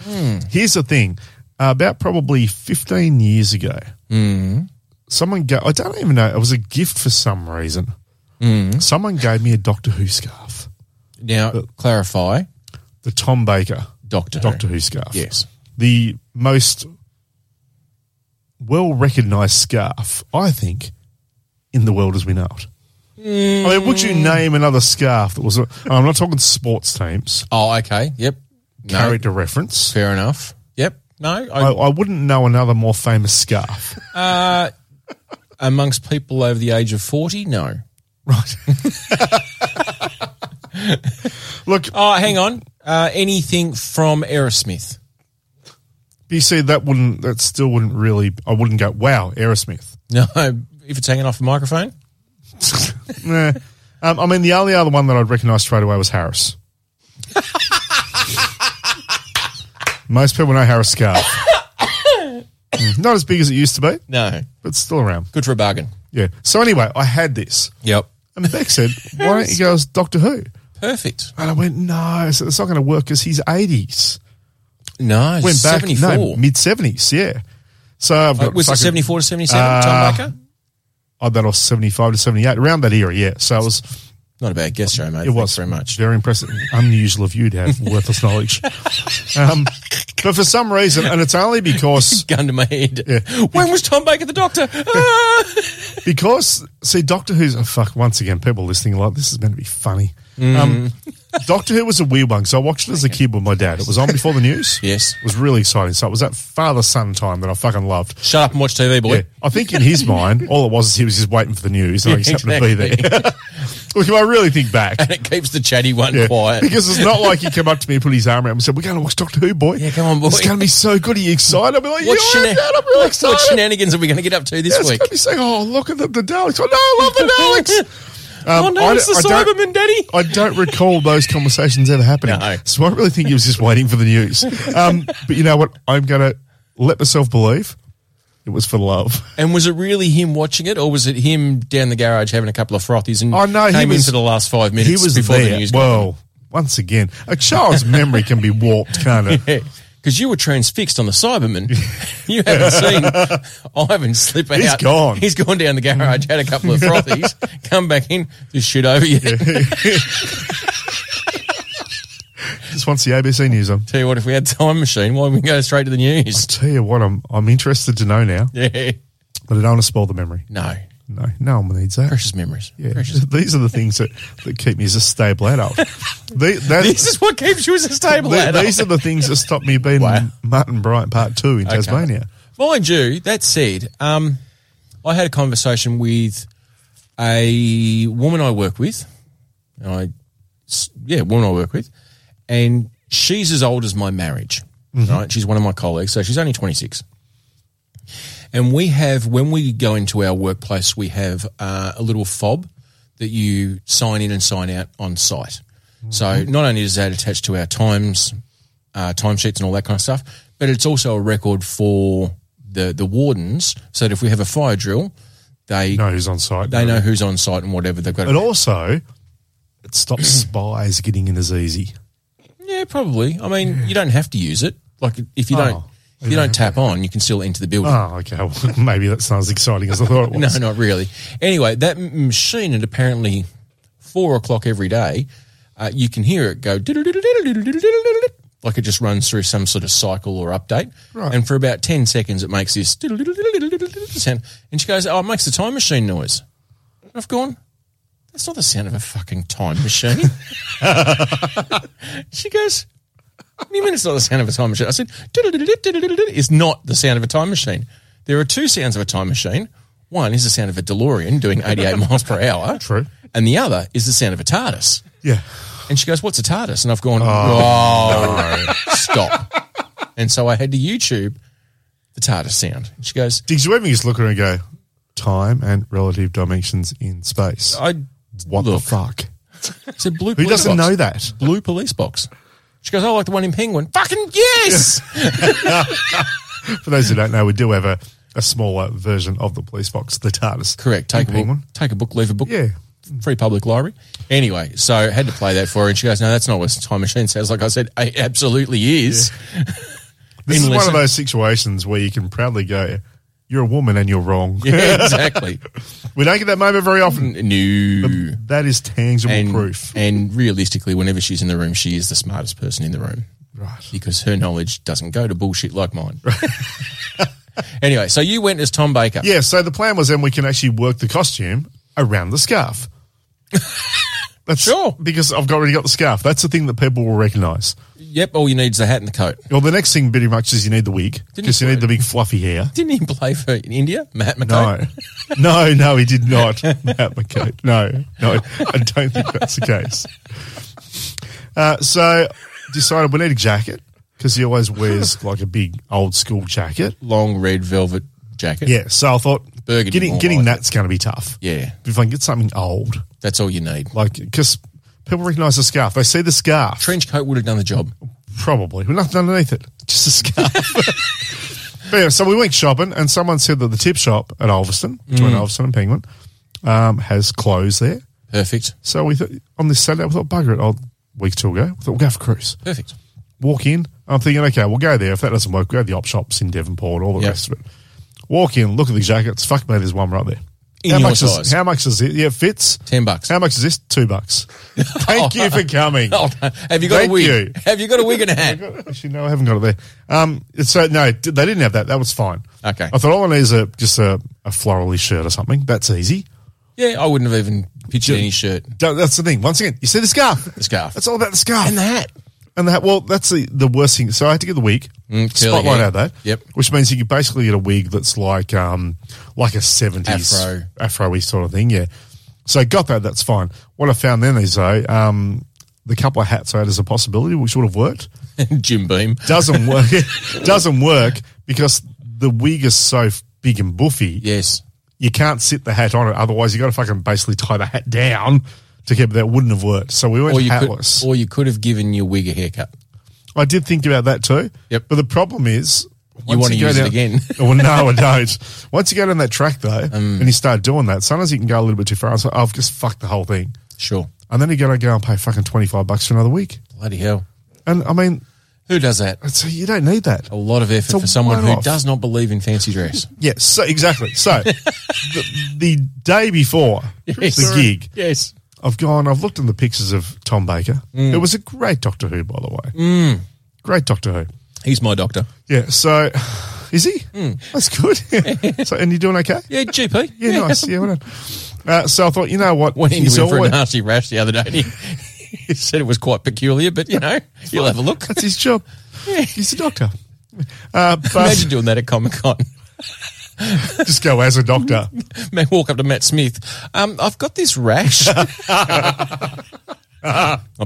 B: here's the thing. Uh, about probably 15 years ago, Hmm. someone gave, I don't even know, it was a gift for some reason. Someone gave me a Doctor Who scarf.
A: Now, clarify
B: The Tom Baker
A: Doctor.
B: Doctor Who scarf.
A: Yes.
B: The most well recognized scarf, I think, in the world as we know it. I mean, would
A: Mm.
B: you name another scarf that was? A, I'm not talking sports teams.
A: Oh, okay. Yep. No.
B: Character reference.
A: Fair enough. Yep. No. I,
B: I, I wouldn't know another more famous scarf.
A: amongst people over the age of 40, no.
B: right. Look,
A: Oh, hang on. Uh, anything from Aerosmith?
B: you see, that wouldn't, that still wouldn't really, I wouldn't go, wow, Aerosmith.
A: No. If it's hanging off a microphone?
B: Nah. Um, I mean, the only other one that I'd recognise straight away was Harris. Most people know Harris Scarf. Mm, Not as big as it used to be,
A: No.
B: but still around.
A: Good for a bargain.
B: Yeah. So anyway, I had this,
A: Yep.
B: and Beck said, "Why don't you go as Doctor Who?"
A: Perfect.
B: And I went, "No, it's it's not going to work because he's eighties.
A: No.
B: Went back,
A: 74.
B: no, mid seventies, yeah." So I've got
A: Like, Uh, was it
B: fucking- Uh,
A: 74 to 77, Tom Baker?
B: oh, that was seventy five to seventy eight, around that era, yeah. So it was
A: Not a bad guess, show, mate.
B: It was
A: very much.
B: very impressive. Unusual of you to have worthless knowledge. Um, but for some reason, and it's only because
A: Gun to my head. When was Tom Baker the doctor? Ah!
B: because see Doctor Who's oh, fuck once again people listening like this is meant to be funny.
A: Mm.
B: Um, Doctor Who was a weird one, so I watched it as a kid with my dad. It was on before the news.
A: Yes.
B: it was really exciting. So it was that father son time that I fucking loved.
A: Shut up and watch TV, boy.
B: Yeah, I think in his mind, all it was is he was just waiting for the news, and I just happened to be there. Look, if I really think back,
A: And it keeps the chatty one
B: Yeah,
A: quiet.
B: Because it's not like he came up to me and put his arm around me and said, We're going to watch Doctor Who, boy.
A: Yeah, come on, boy."
B: It's going to be so good. Are you excited? I'll be like,
A: what,
B: Yeah, I am,
A: shena-
B: Dad. I'm really
A: what-
B: excited.
A: what shenanigans are we going to get up to this
B: yeah, it's going
A: week?
B: to be saying, Oh, look at the, the Daleks. Oh, no, I love the Daleks. Um,
A: oh, no,
B: I
A: it's
B: don't-
A: the
B: I don't-
A: Cyberman, Daddy.
B: I don't recall those conversations ever happening.
A: No.
B: So I really think he was just waiting for the news. Um, but you know what? I'm going to let myself believe it was for love.
A: And was it really him watching it, or was it him down the garage having a couple of frothies and
B: Oh, no, he
A: came
B: was-
A: in for the last five minutes
B: he was
A: before
B: there.
A: the news?
B: well, once again, a child's memory can be warped, can't it?
A: Because you were transfixed on the Cyberman. you haven't seen Ivan slip out.
B: He's gone.
A: He's gone down the garage, had a couple of frothies, come back in, just shit over you.
B: Just once the ABC news on.
A: Tell you what, if we had time machine, why wouldn't we go straight to the news?
B: Tell you what, I'm I'm interested to know now,
A: Yeah.
B: but I don't want to spoil the memory.
A: No.
B: No, no one needs that.
A: Precious memories.
B: Yeah,
A: Precious.
B: these are the things that, that keep me as a stable adult. the, that,
A: This is what keeps you as a stable
B: the-
A: adult.
B: These are the things that stop me being
A: Wow.
B: Martin Bryant Part Two in
A: Okay.
B: Tasmania.
A: Mind you, that said, um, I had a conversation with a woman I work with. And I, s- yeah, woman I work with, and she's as old as my marriage. Right, she's one of my colleagues, so she's only twenty six. And we have, when we go into our workplace, we have uh, a little fob that you sign in and sign out on site. So not only is that attached to our times, uh, timesheets, and all that kind of stuff, but it's also a record for the the wardens. So that if we have a fire drill, they
B: You know who's on site.
A: they know who's on site and whatever they've got.
B: But
A: To,
B: also, it stops spies getting in as easy.
A: yeah, probably. I mean, you don't have to use it. Like if you don't,
B: Oh,
A: if you don't tap on, you can still enter the building.
B: Oh, okay. Well, maybe that's not as exciting as I thought it was.
A: No, not really. Anyway, that m- machine at apparently four o'clock every day, uh, you can hear it go like it just runs through some sort of cycle or update.
B: Right.
A: And for about 10 seconds, it makes this sound. And she goes, Oh, it makes the time machine noise. And I've gone, That's not the sound of a fucking time machine. she goes, what do you mean it's not the sound of a time machine? I said, it's not the sound of a time machine. There are two sounds of a time machine. One is the sound of a DeLorean doing 88 miles per hour.
B: True.
A: And the other is the sound of a TARDIS.
B: Yeah.
A: And she goes, what's a TARDIS? And I've gone, oh, stop. And so I had to YouTube the TARDIS sound. And she goes,
B: Did you ever just look at her and go, time and relative dimensions in space?
A: I,
B: what
A: Oh, look.
B: the fuck?
A: it's a blue
B: Who
A: police
B: doesn't
A: box.
B: know that?
A: Blue police box. She goes, I like the one in Penguin. Fucking yes!
B: For those who don't know, we do have a, a smaller version of the police box, the TARDIS.
A: Correct. Take a book,
B: Penguin.
A: take a book, leave a book.
B: Yeah.
A: free public library. Anyway, so I had to play that for her, and she goes, "No, that's not what a time machine sounds like." I said, "It absolutely is."
B: This is
A: In
B: one
A: lesson-
B: of those situations where you can proudly go, you're a woman and you're wrong.
A: Yeah, exactly.
B: we don't get that moment very often.
A: New
B: That is tangible
A: and
B: proof.
A: and realistically, whenever she's in the room, she is the smartest person in the room
B: Right.
A: because her knowledge doesn't go to bullshit like mine. anyway, so you went as Tom Baker.
B: Yeah, so the plan was then we can actually work the costume around the scarf. That's
A: Sure.
B: Because I've got- already got the scarf. That's the thing that people will recognise.
A: Yep. All you need is the hat and the coat.
B: Well, the next thing pretty much is you need the wig
A: Didn't
B: because
A: you
B: you need the big fluffy hair.
A: Didn't he play for India, Matt
B: No,
A: McCoy?
B: no, no, he did not. Matt McCoat. No, no, I don't think that's the case. Uh, so decided we need a jacket because he always wears like a big old school jacket.
A: Long red velvet jacket.
B: Yeah, so I thought
A: Burgundy
B: getting
A: more
B: getting
A: like
B: that's going to be tough.
A: Yeah.
B: If I can get something old,
A: That's all you need.
B: like because people recognise the scarf, they see the scarf
A: Trench coat would have done the job.
B: probably with nothing underneath it, just a scarf. but yeah, so we went shopping, and someone said that the tip shop at Ulverston, between Ulverston and Penguin, um, has clothes there.
A: Perfect.
B: So we th- on this Saturday, we thought, bugger it, old week two ago, we thought we'll go for a cruise.
A: Perfect.
B: Walk in, I'm thinking, okay, we'll go there. If that doesn't work, we'll go to the op shops in Devonport, all the
A: Yep.
B: rest of it. Walk in, look at the jackets. Fuck me, there's one right there.
A: in
B: How
A: your
B: much
A: size.
B: is how much is it? Yeah, fits.
A: Ten bucks.
B: How much is this? Two bucks. Thank you for coming.
A: Oh, no. have you got
B: Thank
A: a wig?
B: you.
A: Have you got a wig and a hat?
B: Actually, no, I haven't got it there. Um, so no, d- they didn't have that. That was fine.
A: Okay.
B: I thought all I need is a just a, a florally shirt or something. That's easy.
A: Yeah, I wouldn't have even pictured any shirt,
B: Don't, that's the thing. Once again, you see the scarf.
A: the scarf,
B: It's all about the scarf.
A: and the hat.
B: And that, well, that's the, the worst thing. So I had to get the wig
A: Mm, curly
B: spotlight
A: hair.
B: out of that.
A: Yep.
B: Which means you can basically get a wig that's like um like a seventies
A: Afro.
B: afro-y sort of thing. Yeah. So I got that. That's fine. What I found then is though, um, the couple of hats I had as a possibility, which would have worked,
A: Jim Beam.
B: doesn't work. doesn't work because the wig is so f- big and buffy.
A: Yes.
B: You can't sit the hat on it. Otherwise, you got to fucking basically tie the hat down to keep that. Wouldn't have worked. So we went
A: Or you
B: hatless.
A: could, or you could have given your wig a haircut.
B: I did think about that too.
A: Yep.
B: But the problem is, once
A: wanna
B: go Oh,
A: use it again. Um.
B: well, no, I don't. Once you go down that track though, and you start doing that, sometimes you can go a little bit too far. So I've just fucked the whole thing,
A: Sure.
B: and then you got to go and pay fucking twenty five bucks for another week.
A: Bloody hell.
B: And I mean,
A: Who does that?
B: it's, you don't need that.
A: A lot of
B: It's a
A: effort for someone who
B: one-off.
A: does not believe in fancy dress.
B: Yes, so, exactly. So the, the day before the gig,
A: Yes.
B: I've gone, I've looked in the pictures of Tom Baker.
A: Mm.
B: It was a great Doctor Who, by the way. Great Doctor Who.
A: He's my doctor.
B: Yeah, so is he? That's good. so, and you doing okay?
A: Yeah, GP.
B: Hmm. Yeah, nice. Yeah, well done. Uh, so I thought, you know what?
A: Went into
B: He's
A: him for a
B: always-
A: nasty rash the other day. and He, he said it was quite peculiar, but you know, you'll have a look.
B: That's his job. He's a doctor. Uh, but
A: Imagine doing that at Comic Con.
B: just go as a doctor.
A: Man, walk up to Matt Smith. Um, I've got this rash. not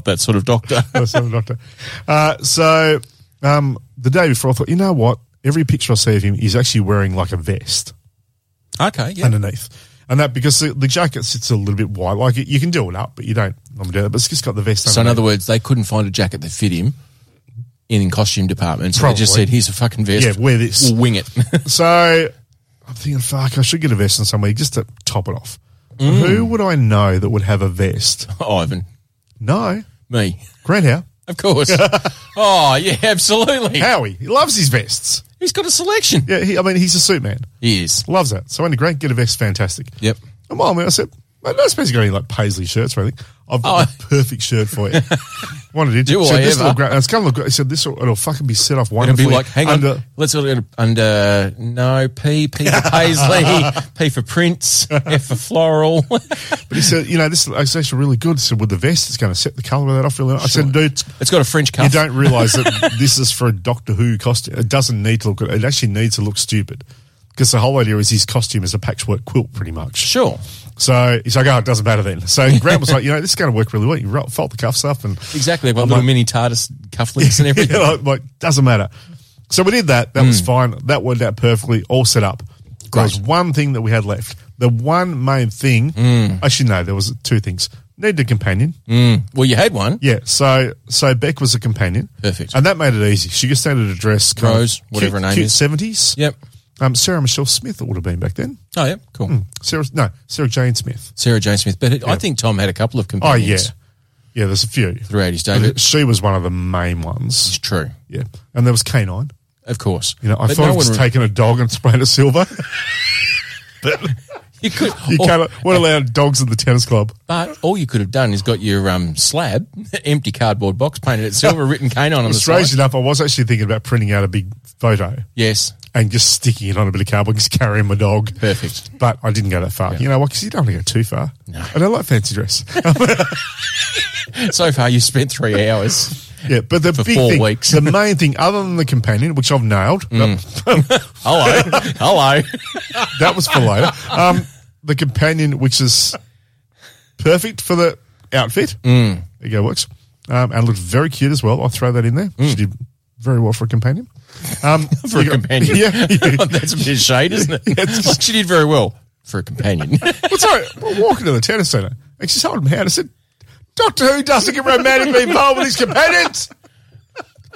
A: that sort of doctor.
B: As a doctor. Uh, so um, the day before, I thought, you know what? Every picture I see of him, he's actually wearing like a vest
A: Okay, yeah.
B: underneath. And that because the, the jacket sits a little bit wide. Like you can do it up, but you don't normally do that. But it's just got the vest
A: So, in
B: underneath.
A: other words, they couldn't find a jacket that fit him in costume department. So they just
B: Probably.
A: said, "Here's a fucking vest.
B: Yeah, wear this.
A: We'll wing it."
B: So I'm thinking, fuck, I should get a vest in some way just to top it off.
A: Mm.
B: Who would I know that would have a vest?
A: Oh, Ivan,
B: No.
A: me,
B: Grant Howe.
A: of course. oh yeah, absolutely.
B: Howie. He loves his vests.
A: He's got a selection.
B: Yeah, he, I mean, he's a suit man.
A: He is.
B: Loves that. So when Grant get a vest, fantastic.
A: Yep.
B: And mom, I said, mate, no space got any like paisley shirts or anything. I've got the perfect shirt for you. Wanted it.
A: Do
B: so
A: I
B: this
A: Oh. ever.
B: Little gra- it's gonna look great. He said this will, it'll fucking be set off
A: It'll
B: wonderfully.
A: be like, hang
B: under-
A: on, let's look at under no P, P for Paisley, P for Prince, F for Floral.
B: But he said, you know, this is actually really good. So with the vest, it's going to set the color of that off really. well. I said, dude,
A: it's got a French
B: you
A: cuff.
B: don't realize that this is for a Doctor Who costume. It doesn't need to look good. It actually needs to look stupid because the whole idea is his costume is a patchwork quilt, pretty much.
A: Sure.
B: So he's like, oh, it doesn't matter then. So Graham was like, you know, this is going to work really well. You ro- fold the cuffs up and
A: Exactly. Like little mini TARDIS cufflinks and everything. Hmm.
B: you know, like, doesn't matter. So we did that. That was fine. That worked out perfectly. All set up. There was one thing that we had left. The one main thing,
A: Hmm.
B: actually, no, there was two things. Needed a companion.
A: Well, you had one.
B: Yeah, so so Beck was a companion,
A: Perfect.
B: and that made it easy. She just needed a dress, kind
A: Rose,
B: of
A: whatever her
B: cute,
A: name
B: cute
A: is.
B: seventies.
A: Yep.
B: um, Sarah Michelle Smith it would have been back then.
A: Oh, yeah. Cool.
B: Hmm. Sarah, no, Sarah Jane Smith.
A: Sarah Jane Smith. But it, I think Tom had a couple of
B: Oh
A: companions
B: yeah, yeah. There's a few.
A: throughout his day.
B: But
A: But
B: She was one of the main ones.
A: it's true.
B: Yeah, and there was Canine.
A: Of course.
B: You know, I
A: But
B: thought
A: no
B: of
A: one
B: just
A: re-
B: taking a dog and spraying it silver.
A: you could,
B: You
A: or-
B: can't. What allowed dogs at the tennis club?
A: But all you could have done is got your um, slab, empty cardboard box, painted it silver, written canine on the
B: Strange
A: side.
B: enough, I was actually thinking about printing out a big photo
A: Yes.
B: and just sticking it on a bit of cardboard, just carrying my dog.
A: Perfect.
B: But I didn't go that far. You know what? Because you don't want to go too far.
A: No.
B: I don't like fancy dress.
A: So far, you spent three hours.
B: yeah, but the
A: For
B: big
A: four
B: thing,
A: weeks. Mm.
B: the main thing, other than the companion, which I've nailed,
A: Hello. Hello.
B: that was for later. Um, the companion, which is perfect for the outfit. Mm. There you go, works. Um, and looked very cute as well. I'll throw that in there. She did very well for a companion. Um,
A: Mm. for a
B: you got-
A: companion.
B: Yeah. yeah.
A: That's a bit of shade, isn't it? Well, she did very well for a companion.
B: Well, sorry, we're walking to the tennis centre and she's holding my hand. I said, Doctor Who doesn't get romantically involved with his companions.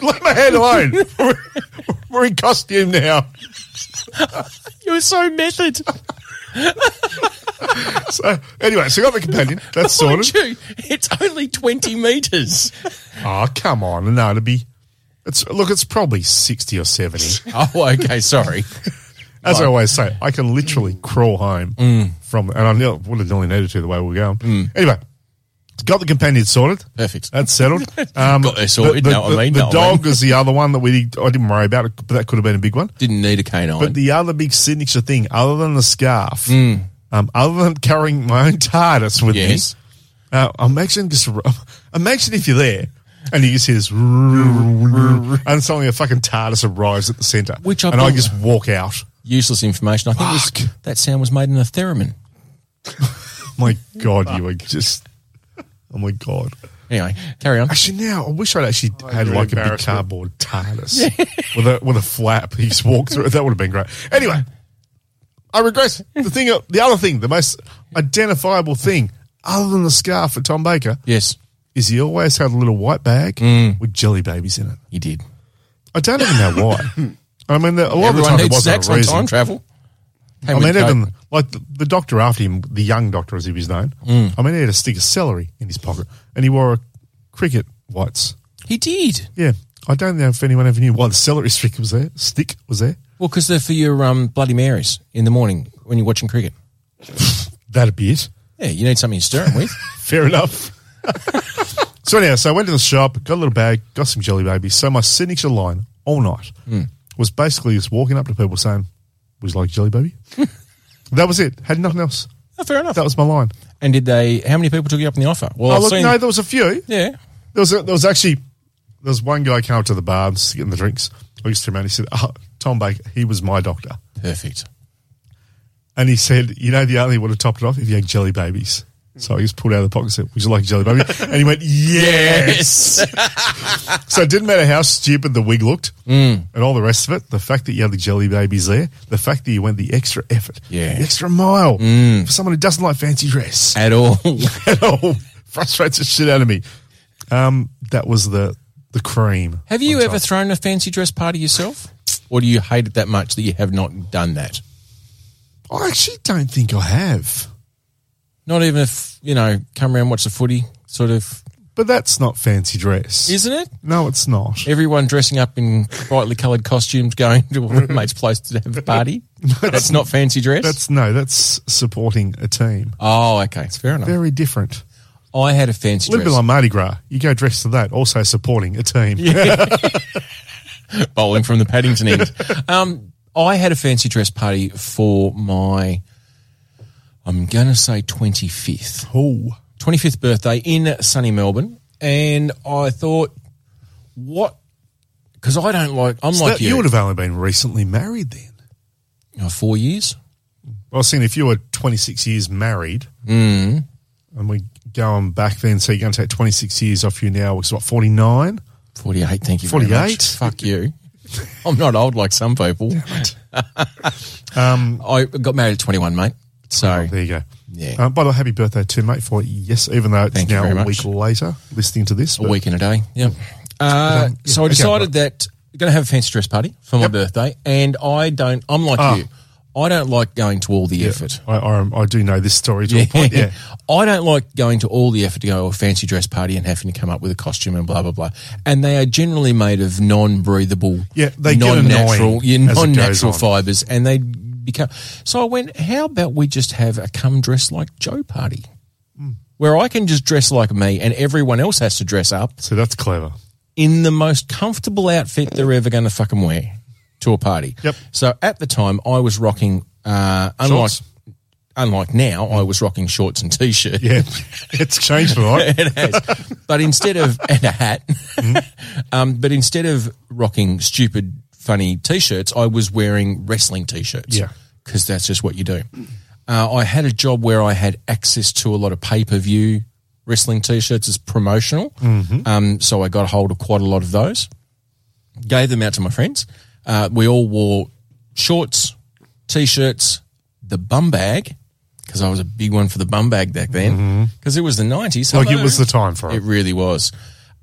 B: Leave my hand alone. We're, we're in costume now.
A: You're so method.
B: So anyway, so I got the companion. That's sorted.
A: you, it's only 20 metres.
B: Oh, come on. No, it'd be. It's look. It's probably sixty or seventy.
A: Oh, okay, sorry.
B: As I always say, I can literally crawl home from, and I knew, would have nearly needed to the way we were going. Anyway, got the companion sorted.
A: Perfect.
B: That's settled. Um,
A: Got that sorted,
B: The,
A: know what I
B: the-
A: mean,
B: the
A: know what I
B: dog is the other one that we I didn't worry about, but that could have been a big one.
A: Didn't need a canine.
B: But the other big signature thing, other than the scarf, um, other than carrying my own TARDIS with
A: Hmm. Yes.
B: me, uh, imagine just imagine if you're there and you just hear this, and suddenly a fucking TARDIS arrives at the centre,
A: Which I
B: and I
A: believe-
B: just walk out.
A: Useless information. I think it was- that sound was made in a theremin.
B: My God, you are just. Oh my God.
A: Anyway, carry on.
B: Actually, now I wish I'd actually
A: Oh,
B: had
D: you're
B: like a big
D: embarrassing.
B: cardboard TARDIS with a with a flap. He just walked through. it. That would have been great. Anyway, I regress. The thing, the other thing, the most identifiable thing, other than the scarf for Tom Baker,
A: Yes,
B: is he always had a little white bag
A: Mm.
B: with jelly babies in it.
A: he did.
B: I don't even know why. I mean, the, a lot
A: Everyone
B: of the time it
A: needs
B: wasn't
A: snacks
B: a
A: on
B: reason.
A: time travel. Came
B: I
A: with
B: mean,
A: Coke.
B: even like the, the doctor after him, the young doctor as he was known.
A: Mm.
B: I mean, he had a stick of celery in his pocket, and he wore a cricket whites.
A: he did.
B: Yeah, I don't know if anyone ever knew why the celery stick was there. Stick was there.
A: Well, because they're for your um, Bloody Marys in the morning when you're watching cricket.
B: That'd be it.
A: Yeah, you need something to stir 'em with.
B: Fair enough. so anyhow, so I went to the shop, got a little bag, got some jelly babies. So my signature line all night
A: Hmm.
B: was basically just walking up to people saying, "Would you like a jelly baby?" that was it. Had nothing else.
A: Oh, fair enough.
B: That was my line.
A: And did they? How many people took you up on the offer? Well,
B: Oh,
A: I've
B: look,
A: seen.
B: no, there was a few.
A: yeah,
B: There was a, there was actually there was one guy came up to the bar and was getting the drinks. I used to him and he said, oh, "Tom Baker, he was my doctor."
A: perfect.
B: And he said, you know, the only would have topped it off if you had jelly babies. So he just pulled out of the pocket and said, would you like a jelly baby? And he went, yes. so it didn't matter how stupid the wig looked and all the rest of it. The fact that you had the jelly babies there, the fact that you went the extra effort,
A: Yeah.
B: the extra mile for someone who doesn't like fancy dress
A: At all.
B: at all frustrates the shit out of me. Um, that was the, the cream.
A: have you ever thrown a fancy dress party yourself, or do you hate it that much that you have not done that?
B: I actually don't think I have.
A: Not even if you know, come around watch the footy, sort of,
B: But that's not fancy dress.
A: isn't it?
B: no, it's not.
A: Everyone dressing up in brightly coloured costumes, going to a mate's place to have a party. That's not fancy dress.
B: That's no, that's supporting a team.
A: oh, okay, it's fair enough.
B: Very different.
A: I had a fancy
B: A little
A: dress,
B: bit like Mardi Gras. You go dressed to that, also supporting a team.
A: bowling from the Paddington end. Um, I had a fancy dress party for my, I'm going to say 25th.
B: Ooh.
A: 25th birthday in sunny Melbourne, and I thought, what? Because I don't like. I'm like
B: That- you
A: you.
B: would have only been recently married then.
A: Oh, four years.
B: Well, seeing if you were 26 years married
A: Mm.
B: and we're going back then, so you're going to take 26 years off you now, which is what, 49?
A: 48. Thank you. very
B: 48?
A: much. Fuck you. I'm not old like some people. um, I got married at 21, mate. So
B: There you go.
A: Yeah.
B: Um, by the way, happy birthday to mate for yes, even though it's
A: Thank you
B: now
A: very
B: a
A: much.
B: week later listening to this.
A: a
B: but-
A: week in a day. Yeah. Uh,
B: um, yeah,
A: so I
B: okay,
A: decided that we're going to have a fancy dress party for my birthday, and I don't. I'm like
B: Ah.
A: you. I don't like going to all the effort.
B: I, I, I do know this story to a point. Yeah.
A: I don't like going to all the effort to go to a fancy dress party and having to come up with a costume and blah blah blah. And they are generally made of non-breathable,
B: Yeah, they get
A: non-natural,
B: annoying
A: yeah,
B: as it goes
A: non-natural
B: on.
A: fibers, and they become. So I went, how about we just have a come dress like Joe party,
B: Mm.
A: where I can just dress like me, and everyone else has to dress up
B: So that's clever.
A: in the most comfortable outfit they're ever going to fucking wear to a party.
B: Yep.
A: So at the time, I was rocking, uh, unlike
B: Shorts?
A: unlike now, I was rocking shorts and t-shirt.
B: Yeah, it's changed a lot.
A: It has. But instead of and a hat,
B: Mm-hmm.
A: um, but instead of rocking stupid, funny t-shirts, I was wearing wrestling t-shirts.
B: Yeah.
A: because that's just what you do. Uh, I had a job where I had access to a lot of pay-per-view wrestling t-shirts as promotional.
B: Mm-hmm.
A: Um, so I got hold of quite a lot of those. Gave them out to my friends. Uh, we all wore shorts, t-shirts, the bum bag. Because I was a big one for the bum bag back then, because it was the nineties.
B: Mm-hmm. Like it was the time for it.
A: It really was.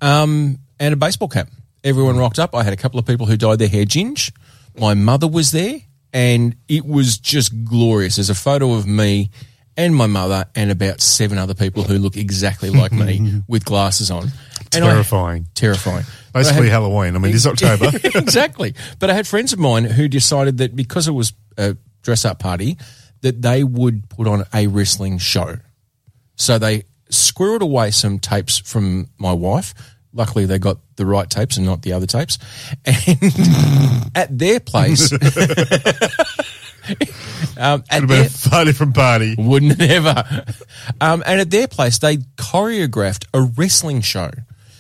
A: Um, and a baseball cap. Everyone rocked up. I had a couple of people who dyed their hair ginge. My mother was there, and it was just glorious. There's a photo of me and my mother and about seven other people who look exactly like me with glasses on. And I-
B: terrifying.
A: terrifying.
B: Basically Halloween. I mean, it's October.
A: exactly. But I had friends of mine who decided that because it was a dress up party, that they would put on a wrestling show. So they squirreled away some tapes from my wife. Luckily, they got the right tapes and not the other tapes. And at their place, um, at
B: It'd been
A: their,
B: a far different party.
A: wouldn't it ever? Um, and at their place, they choreographed a wrestling show.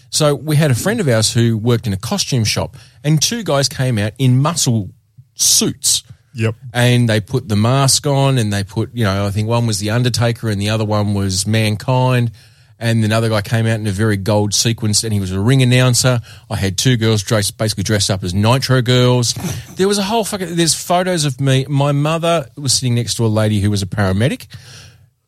A: So we had a friend of ours who worked in a costume shop, and two guys came out in muscle suits.
B: Yep.
A: And they put the mask on, and they put, you know, I think one was The Undertaker, and the other one was Mankind. And another guy came out in a very gold sequence, and he was a ring announcer. I had two girls dressed, basically dressed up as Nitro girls. There was a whole fucking. There's photos of me. My mother was sitting next to a lady who was a paramedic,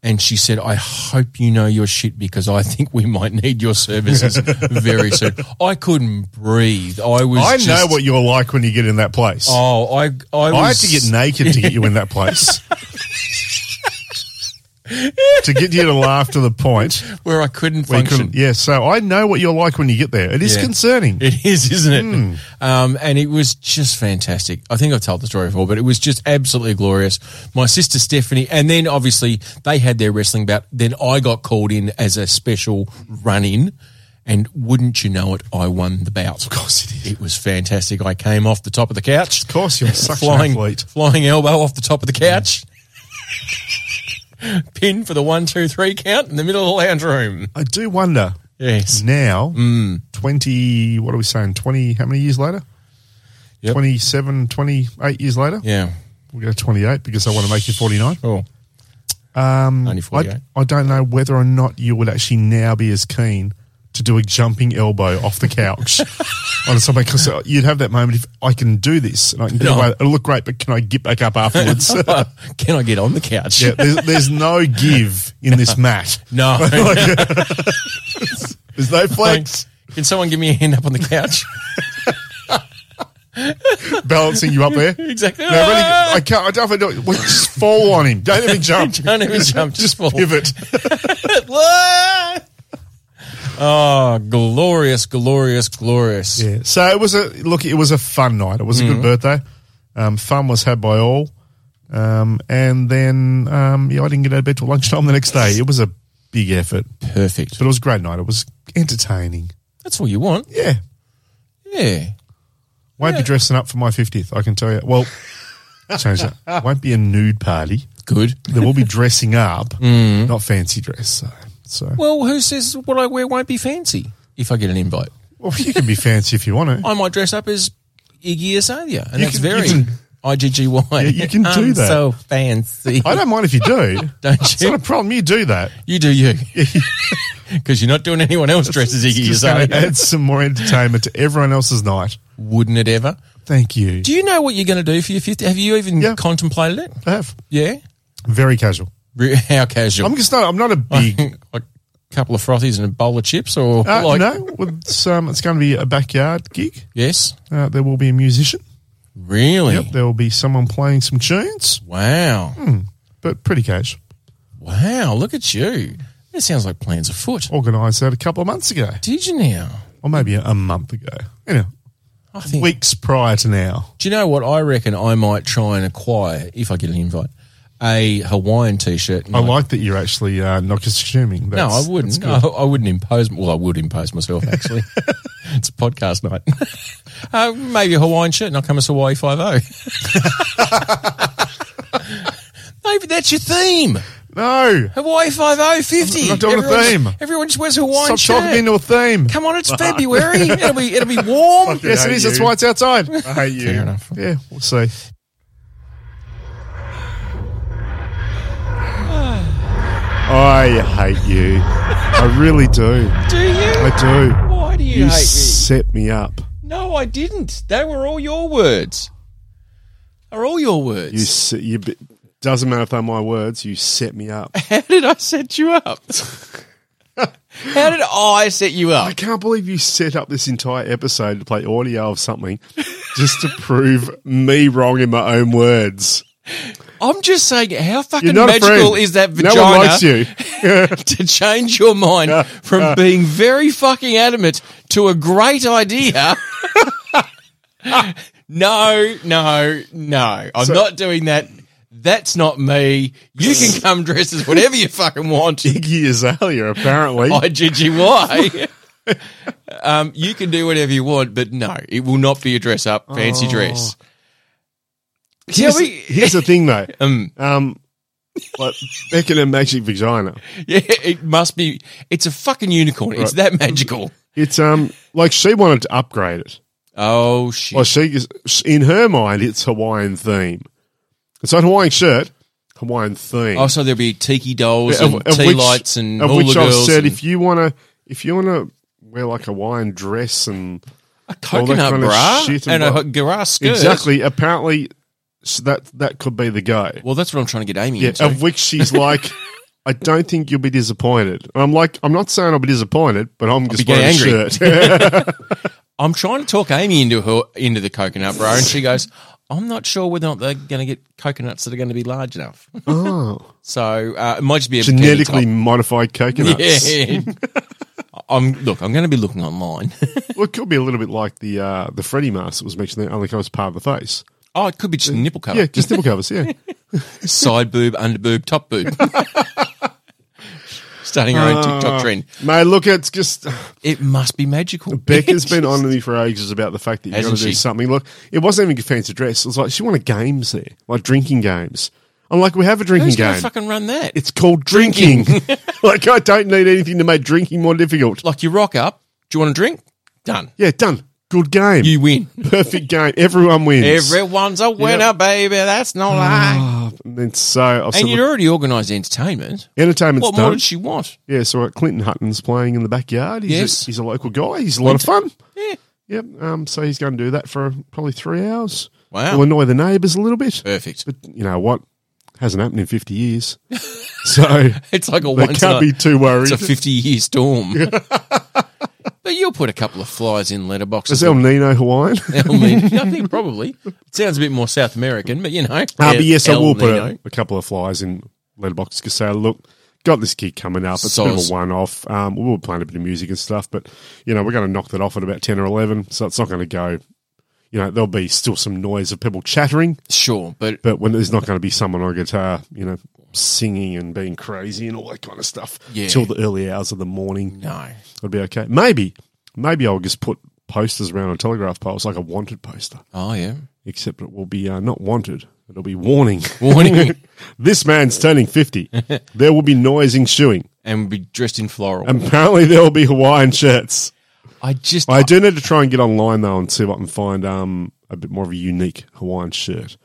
A: and she said, I hope you know your shit because I think we might need your services very soon. I couldn't breathe. I was.
B: I
A: just-
B: know what you're like when you get in that place.
A: Oh, I. I, was,
B: I had to get naked to get you in that place. to get you to laugh to the point
A: where I couldn't
B: where you
A: function.
B: couldn't. Yeah, so I know what you're like when you get there. It is
A: Yeah.
B: concerning.
A: It is, isn't it? Um, and it was just fantastic. I think I've told the story before, but it was just absolutely glorious. My sister Stephanie, and then obviously they had their wrestling bout. Then I got called in as a special run in. And wouldn't you know it, I won the bout. Of course it is. It was fantastic. I came off the top of the couch
B: Of course, you're such
A: flying,
B: an athlete.
A: flying elbow off the top of the couch. Pin for the one, two, three count in the middle of the lounge room.
B: I do wonder
A: Yes. Mm.
B: now, 20, what are we saying, 20, how many years later?
A: Yep.
B: Twenty seven, twenty eight 27, 28 years later?
A: Yeah.
B: We'll go 28 because I want to make you 49.
A: Cool. Um, Only 48.
B: I, I don't know whether or not you would actually now be as keen to do a jumping elbow off the couch on something because you'd have that moment if I can do this and I can get
A: No.
B: away. It'll look great, but can I get back up afterwards?
A: Can I get on the couch?
B: yeah, there's, there's no give in this mat.
A: No.
B: There's no flex
A: Can someone give me a hand up on the couch?
B: balancing you up there.
A: exactly.
B: No, really, I can't. I don't do it. Well, Just fall on him. Don't even jump.
A: Don't even jump. Just fall.
B: Pivot.
A: oh, glorious, glorious, glorious.
B: Yeah. So it was a look. It was a fun night. It was a good birthday. Um, fun was had by all. Um, and then um, yeah, I didn't get out of bed till lunchtime the next day. It was a big effort, but
A: Perfect.
B: it was a great night. It was entertaining.
A: That's all you want.
B: Yeah.
A: Yeah.
B: Won't be dressing up for my fiftieth. I can tell you. Well, change that. Won't be a nude party.
A: Good.
B: There will be dressing up, not fancy dress. So, so
A: Well, who says what I wear won't be fancy if I get an invite?
B: well, you can be fancy if you want to.
A: I might dress up as Iggy Azalea, and
B: You
A: that's
B: can-
A: very
B: you can-
A: IGGY.
B: Yeah, you can do
A: I'm
B: that.
A: so fancy.
B: I don't mind if you do.
A: Don't
B: It's not
A: you?
B: a problem. You do that.
A: You do you. Because you're not doing anyone else dressed as Iggy
B: Just gonna
A: Azalea.
B: add some more entertainment to everyone else's night.
A: Wouldn't it ever?
B: Thank you.
A: Do you know what you're going to do for your 50? Have you even
B: Yeah.
A: contemplated it?
B: I have
A: Yeah.
B: very casual.
A: Re- How casual?
B: I'm just not. I'm not a big.
A: like a couple of frothies and a bowl of chips or
B: Uh,
A: like.
B: no, with some, it's going to be a backyard gig.
A: Yes.
B: Uh, there will be a musician.
A: Really?
B: Yep, Hmm. there will be someone playing some tunes,
A: Wow.
B: but pretty casual.
A: Wow. Look at you. That sounds like plans afoot.
B: Organised that a couple of months ago,
A: Did you now?
B: or maybe a, a month ago. You know,
A: I think.
B: weeks prior to now.
A: Do you know what? I reckon I might try and acquire, if I get an invite, a Hawaiian t shirt.
B: I like that you're actually uh, not assuming.
A: No, I
B: That's-
A: wouldn't. No, I wouldn't impose. Well, I would impose myself actually. it's a podcast night. uh, maybe a Hawaiian shirt, and I'll come as Hawaii Five O. Maybe that's your theme.
B: No,
A: Hawaii Five O Fifty.
B: I'm not doing a
A: Everyone's-
B: theme.
A: Everyone just wears a Hawaiian
B: stop talking
A: shirt.
B: into a theme.
A: Come on, it's February. It'll be it'll be warm.
B: yes, it
D: hate
B: is.
D: you.
B: That's why it's outside. I hate you.
A: Fair enough.
B: Yeah, we'll see. I hate you. I really do.
A: Do you?
B: I do.
A: Why do you,
B: You
A: hate
B: set me up.
A: me? No, I didn't. They were all your words. Are all your words?
D: You, s- you b- doesn't matter if they're my words. You set me up.
A: How did I set you up? How did I set you
D: I
A: up?
D: can't believe you set up this entire episode to play audio of something just to prove me wrong in my own words.
A: I'm just saying, how fucking
B: You're not a
A: magical
B: friend.
A: is that
B: No one likes
A: vagina
B: you.
A: to change your mind from being very fucking adamant to a great idea? no, no, no. I'm not doing that. That's not me. You can come dressed as whatever you fucking want.
B: Iggy Azalea, apparently.
A: IGGY. um, you can do whatever you want, but no, it will not be a dress up,
B: Oh.
A: fancy dress. Yeah,
B: here's,
A: we,
B: here's the thing, though.
A: um,
B: Um, like Beckham Magic Vagina.
A: yeah, it must be. It's a fucking unicorn. It's that magical.
B: It's um like she wanted to upgrade it.
A: Oh shit!
B: Well, she in her mind, it's Hawaiian theme. It's not Hawaiian shirt, Hawaiian theme.
A: oh, so there'll be tiki dolls
B: Of-
A: and
B: of
A: tea
B: which-
A: lights and
B: of
A: all
B: which
A: the
B: I
A: girls.
B: said,
A: and
B: if you want to, if you want to wear like a Hawaiian dress and
A: a
B: all that
A: coconut
B: kind of
A: bra
B: shit
A: and,
B: and
A: a
B: what-
A: grass skirt.
B: exactly, apparently so that that could be the go.
A: Well, that's what I'm trying to get Amy
B: Yeah,
A: into.
B: of which she's like, I don't think you'll be disappointed. And I'm like, I'm not saying I'll be disappointed, but I'm just
A: getting
B: wearing a shirt.
A: I'm trying to talk Amy into her into the coconut bra, and she goes, "I'm not sure whether or not they're going to get coconuts that are going to be large enough."
B: oh,
A: So uh, it might just be a panda
B: genetically
A: top.
B: modified coconuts.
A: Yeah. I'm look. I'm going to be looking online.
B: Well, it could be a little bit like the uh, the Freddy mask that was mentioned there, only covers part of the face.
A: oh, it could be just nipple cover,
B: Yeah, just nipple covers. Yeah,
A: side boob, under boob, top boob. Starting our own
B: Ah.
A: TikTok trend.
B: mate. Look, it's just
A: It must be magical.
B: Becca's been on me for ages about the fact that you got to
A: Hasn't
B: do
A: she?
B: something. Look, it wasn't even a fancy dress. It was like she wanted games there, like drinking games. I'm like, we have a drinking
A: Who's going
B: game.
A: to fucking run that? It's
B: it's called drinking. like, I don't need anything to make drinking more difficult.
A: like you rock up. Do you want a drink? Done.
B: Yeah, done. Good game.
A: You win.
B: Perfect game. Everyone wins.
A: Everyone's a winner, baby. That's no lie.
B: Oh, and then so I've said,
A: And you'd
B: look,
A: already organised entertainment.
B: entertainment's
A: What more
B: done.
A: did she want?
B: Yeah, so uh, Clinton Hutton's playing in the backyard. He's,
A: Yes.
B: a, he's a local guy. He's a lot of fun.
A: Yeah.
B: Yep. Um, so he's going to do that for probably three hours.
A: Wow.
B: Will annoy the neighbours a little bit.
A: Perfect.
B: But you know what? Hasn't happened in 50 years. So
A: It's like a
B: they
A: once in
B: can't
A: a-
B: be too worried.
A: It's a 50 year storm. but you'll put a couple of flies in
B: Is
A: letterboxes.
B: El Nino Hawaiian?
A: El Nino. I think probably. It sounds a bit more South American, but you know. Uh,
B: Ah, but yes, I will put a, a couple of flies in letterbox because say, look, got this gig coming up. It's a bit of
A: Soz.
B: a one-off. Um, we were playing a bit of music and stuff, but you know we're going to knock that off at about ten or eleven, so it's not going to go. You know, there'll be still some noise of people chattering,
A: Sure, but
B: but when there's not going to be someone on a guitar, you know, singing and being crazy and all that kind of stuff
A: Yeah.
B: till the early hours of the morning,
A: no.
B: it'll be okay. Maybe, maybe I'll just put posters around on telegraph poles like a wanted poster,
A: Oh, yeah.
B: except it will be uh, not wanted. It'll be warning.
A: Warning.
B: This man's turning 50. there will be noise and shooing.
A: and be dressed in
B: Um,
A: floral.
B: Apparently, there will be Hawaiian shirts.
A: I just.
B: I do need to try and get online, though, and see if I can find um, a bit more of a unique Hawaiian shirt.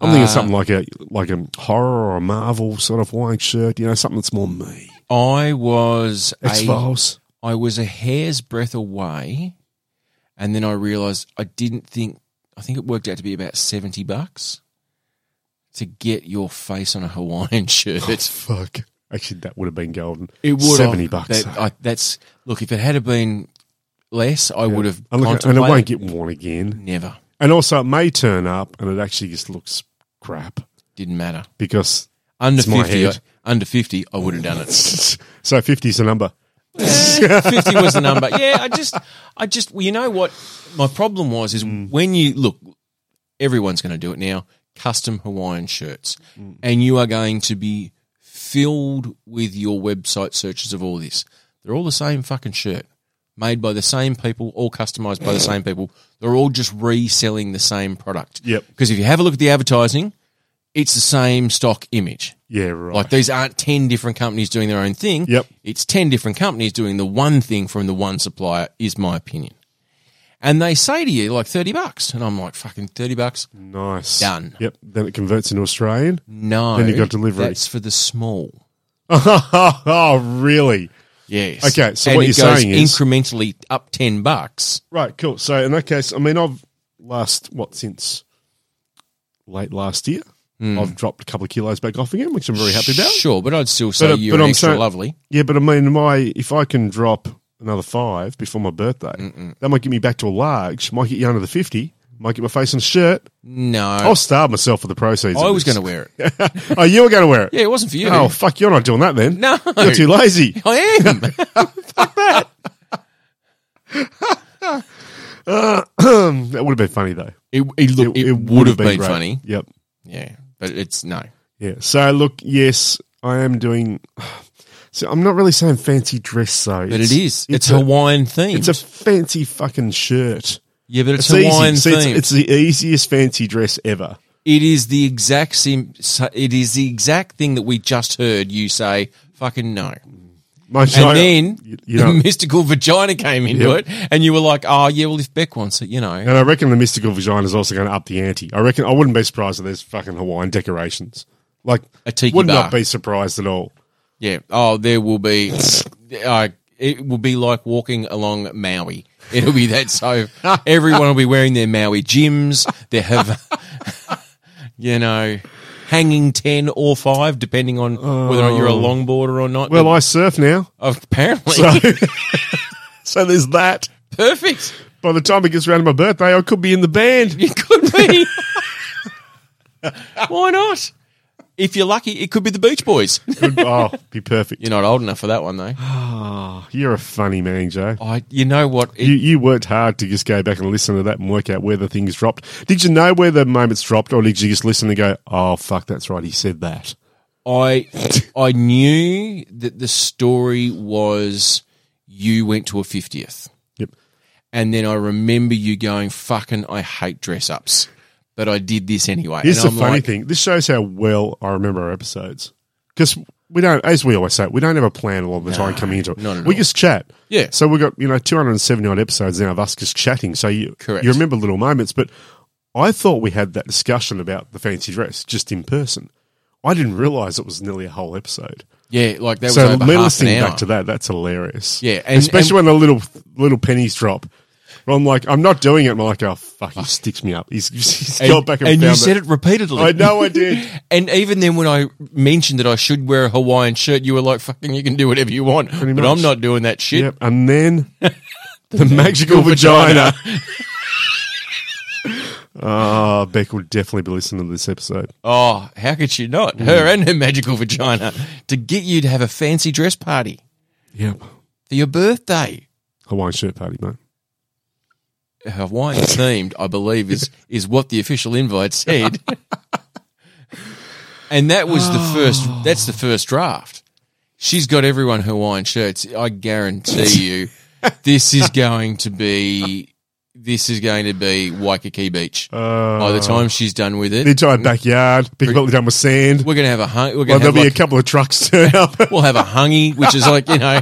B: I'm thinking something like a like a horror or a Marvel sort of Hawaiian shirt, you know, something that's more me.
A: I was. a-
B: X Files.
A: I was a hair's breadth away, and then I realized I didn't think. I think it worked out to be about seventy bucks to get your face on a Hawaiian shirt.
B: Fuck. Actually, that would have been golden.
A: It would
B: seventy
A: have-
B: bucks.
A: That,
B: though.
A: I, that's look. If it had have been less, I would have
B: and, look, and it
A: contemplated.
B: won't get worn again.
A: Never
B: And also, it may turn up, and it actually just looks crap
A: didn't matter.
B: because
A: Under
B: my
A: fifty, I,
B: head.
A: under fifty, I would have done it.
B: so fifty is a number.
A: Eh, Fifty was the number. Yeah, I just, I just, well, you know what? My problem was is when you look, everyone's going to do it now. Custom Hawaiian shirts, and you are going to be filled with your website searches of all this. They're all the same fucking shirt, made by the same people, all customized by the same people. They're all just reselling the same product.
B: Yep.
A: Because if you have a look at the advertising, it's the same stock image.
B: Yeah, right.
A: Like these aren't ten different companies doing their own thing.
B: Yep.
A: It's ten different companies doing the one thing from the one supplier, is my opinion. And they say to you like thirty bucks. And I'm like, fucking thirty bucks?
B: Nice.
A: Done.
B: Yep. Then it converts into Australian.
A: No.
B: Then you got delivery.
A: That's for the small.
B: oh, really?
A: Yes.
B: Okay, so
A: And
B: what
A: it
B: you're
A: goes
B: saying is-
A: incrementally up ten bucks.
B: Right, cool. So in that case, I mean, I've last, what, since late last year,
A: Hmm.
B: I've dropped a couple of kilos back off again, which I'm very happy about.
A: Sure, but I'd still say
B: But, uh,
A: you're
B: but
A: an
B: I'm
A: extra
B: saying-
A: lovely.
B: Yeah, but I mean, my if I can drop another five before my birthday, that might get me back to a large, might get you under the 50. Might get my face on a shirt.
A: No,
B: I'll starve myself for the proceeds.
A: I
B: of
A: was
B: this.
A: going to wear it.
B: oh, you were going to wear it?
A: Yeah, it wasn't for you.
B: Oh, fuck, you're not doing that then.
A: No.
B: You're too lazy.
A: I am.
B: that would have been funny, though.
A: It, it, look, it, would have been,
B: great.
A: funny.
B: Yep.
A: Yeah, but it's no.
B: Yeah. So, look, yes, I am doing. So, I'm not really saying fancy dress, though.
A: But it's, it is. It's,
B: a,
A: Hawaiian themed.
B: It's a fancy fucking shirt.
A: yeah, but it's,
B: It's
A: Hawaiian
B: easy. See,
A: themed.
B: it's, it's the easiest fancy dress ever.
A: It is the exact same. It is the exact thing that we just heard you say. Fucking no.
B: Most
A: And
B: I-
A: then
B: you, you know,
A: the mystical vagina came into
B: Yep.
A: it, and you were like, "Oh yeah, well if Beck wants it, you know."
B: and I reckon the mystical vagina is also going to up the ante. I reckon I wouldn't be surprised if there's fucking Hawaiian decorations. Like,
A: A tiki
B: would
A: bar.
B: not be surprised at all.
A: Yeah. Oh, there will be. Uh, it will be like walking along Maui. It'll be that. So everyone will be wearing their Maui gyms. They have, you know, hanging ten or five, depending on whether or not you're a longboarder or not.
B: Oh. Well, I surf now,
A: But apparently,
B: so so there's that.
A: perfect.
B: By the time it gets around to my birthday, I could be in the band.
A: It could be. Why not? If you're lucky, it could be the Beach Boys.
B: oh, be perfect.
A: You're not old enough for that one, though.
B: You're a funny man, Joe.
A: I, you know what? It-
B: You, you worked hard to just go back and listen to that and work out where the things dropped. Did you know where the moments dropped, or did you just listen and go, "Oh fuck, that's right, he said that."
A: I I knew that the story was you went to a fiftieth,
B: Yep.
A: and then I remember you going, "Fucking, I hate dress ups," but I did this anyway.
B: Here's
A: and
B: the
A: I'm
B: funny
A: like,
B: thing. This shows how well I remember our episodes because we don't, as we always say, we don't have a plan all the time coming into it.
A: not at
B: we
A: all.
B: just chat.
A: Yeah.
B: So we've got you know 279 episodes now of us just chatting. So you
A: Correct.
B: you remember little moments, but I thought we had that discussion about the fancy dress just in person. I didn't realize it was nearly a whole episode.
A: Yeah, like that
B: So
A: was over
B: me
A: half an
B: listening
A: hour.
B: back to that, that's hilarious.
A: Yeah, and-
B: especially when the little little pennies drop. Well, I'm like, I'm not doing it. And I'm like, oh fuck, he sticks me up. He's, he's
A: and,
B: got back and,
A: and you
B: found
A: said
B: it.
A: it repeatedly.
B: I know I did.
A: And even then, when I mentioned that I should wear a Hawaiian shirt, you were like, "Fucking, you can do whatever you want," but
B: much.
A: I'm not doing that shit.
B: Yep, and then the magical vagina. Ah, Beck will definitely be listening to this episode.
A: Oh, how could she not? Her
B: Mm.
A: and her magical vagina to get you to have a fancy dress party
B: Yep,
A: for your birthday.
B: Hawaiian shirt party, mate.
A: Hawaiian themed, I believe, is is what the official invite said. and that was
B: Oh.
A: the first. That's the first draft. She's got everyone Hawaiian shirts. I guarantee you, this is going to be this is going to be Waikiki Beach by the
B: Uh.
A: time she's done with
B: The
A: it.
B: entire backyard, big completely done with sand.
A: We're gonna have a hun- we're
B: Well,
A: gonna
B: there'll
A: have
B: be
A: like,
B: a couple of trucks turn up.
A: we'll have a hungy, which is like you know,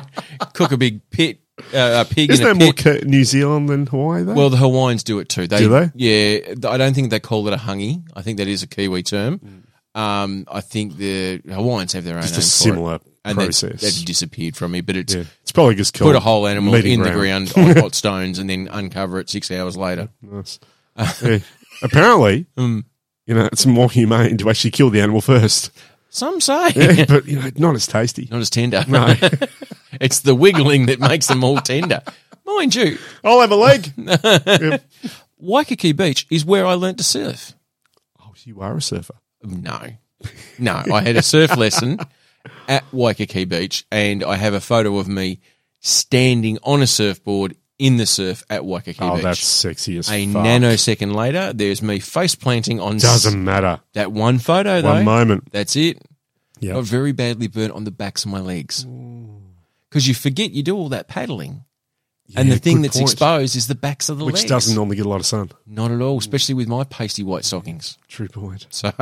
A: cook a big pit, uh, a pig
B: Isn't
A: in a
B: there more
A: pit.
B: Ca- New Zealand than Hawaii, though?
A: Well, the Hawaiians do it too. They,
B: Do they?
A: Yeah, th- I don't think they call it a hungy. I think that is a Kiwi term. Um, I think the Hawaiians have their own
B: it's
A: name
B: Mm. a similar
A: for it, and that's,
B: process.
A: that's disappeared from me. But it's
B: Yeah. It's probably just called
A: put a whole animal
B: meeting
A: in
B: ground.
A: the ground on hot stones and then uncover it six hours later.
B: Nice. Yeah. Apparently,
A: Hmm.
B: you know, it's more humane to actually kill the animal first,
A: Some say
B: but you know, not as tasty.
A: not as tender. No, it's the wiggling that makes them all tender. Mind you,
B: I'll have a leg.
A: Waikiki Beach is where I learnt to surf.
B: Oh, you are a surfer.
A: No, no. I had a surf lesson at Waikiki Beach, and I have a photo of me standing on a surfboard in the surf at Waikiki
B: Oh,
A: Beach.
B: that's sexy as
A: a
B: fuck.
A: nanosecond later, there's me face planting on s-
B: Doesn't matter.
A: that one photo though.
B: One moment.
A: That's it.
B: Yep.
A: Got very badly burnt on the backs of my legs because you forget you do all that paddling, and
B: Yeah,
A: the thing
B: good
A: that's
B: point.
A: exposed is the backs of the
B: Which
A: legs.
B: doesn't normally get a lot of sun.
A: Not at all, especially with my pasty white stockings.
B: True point.
A: So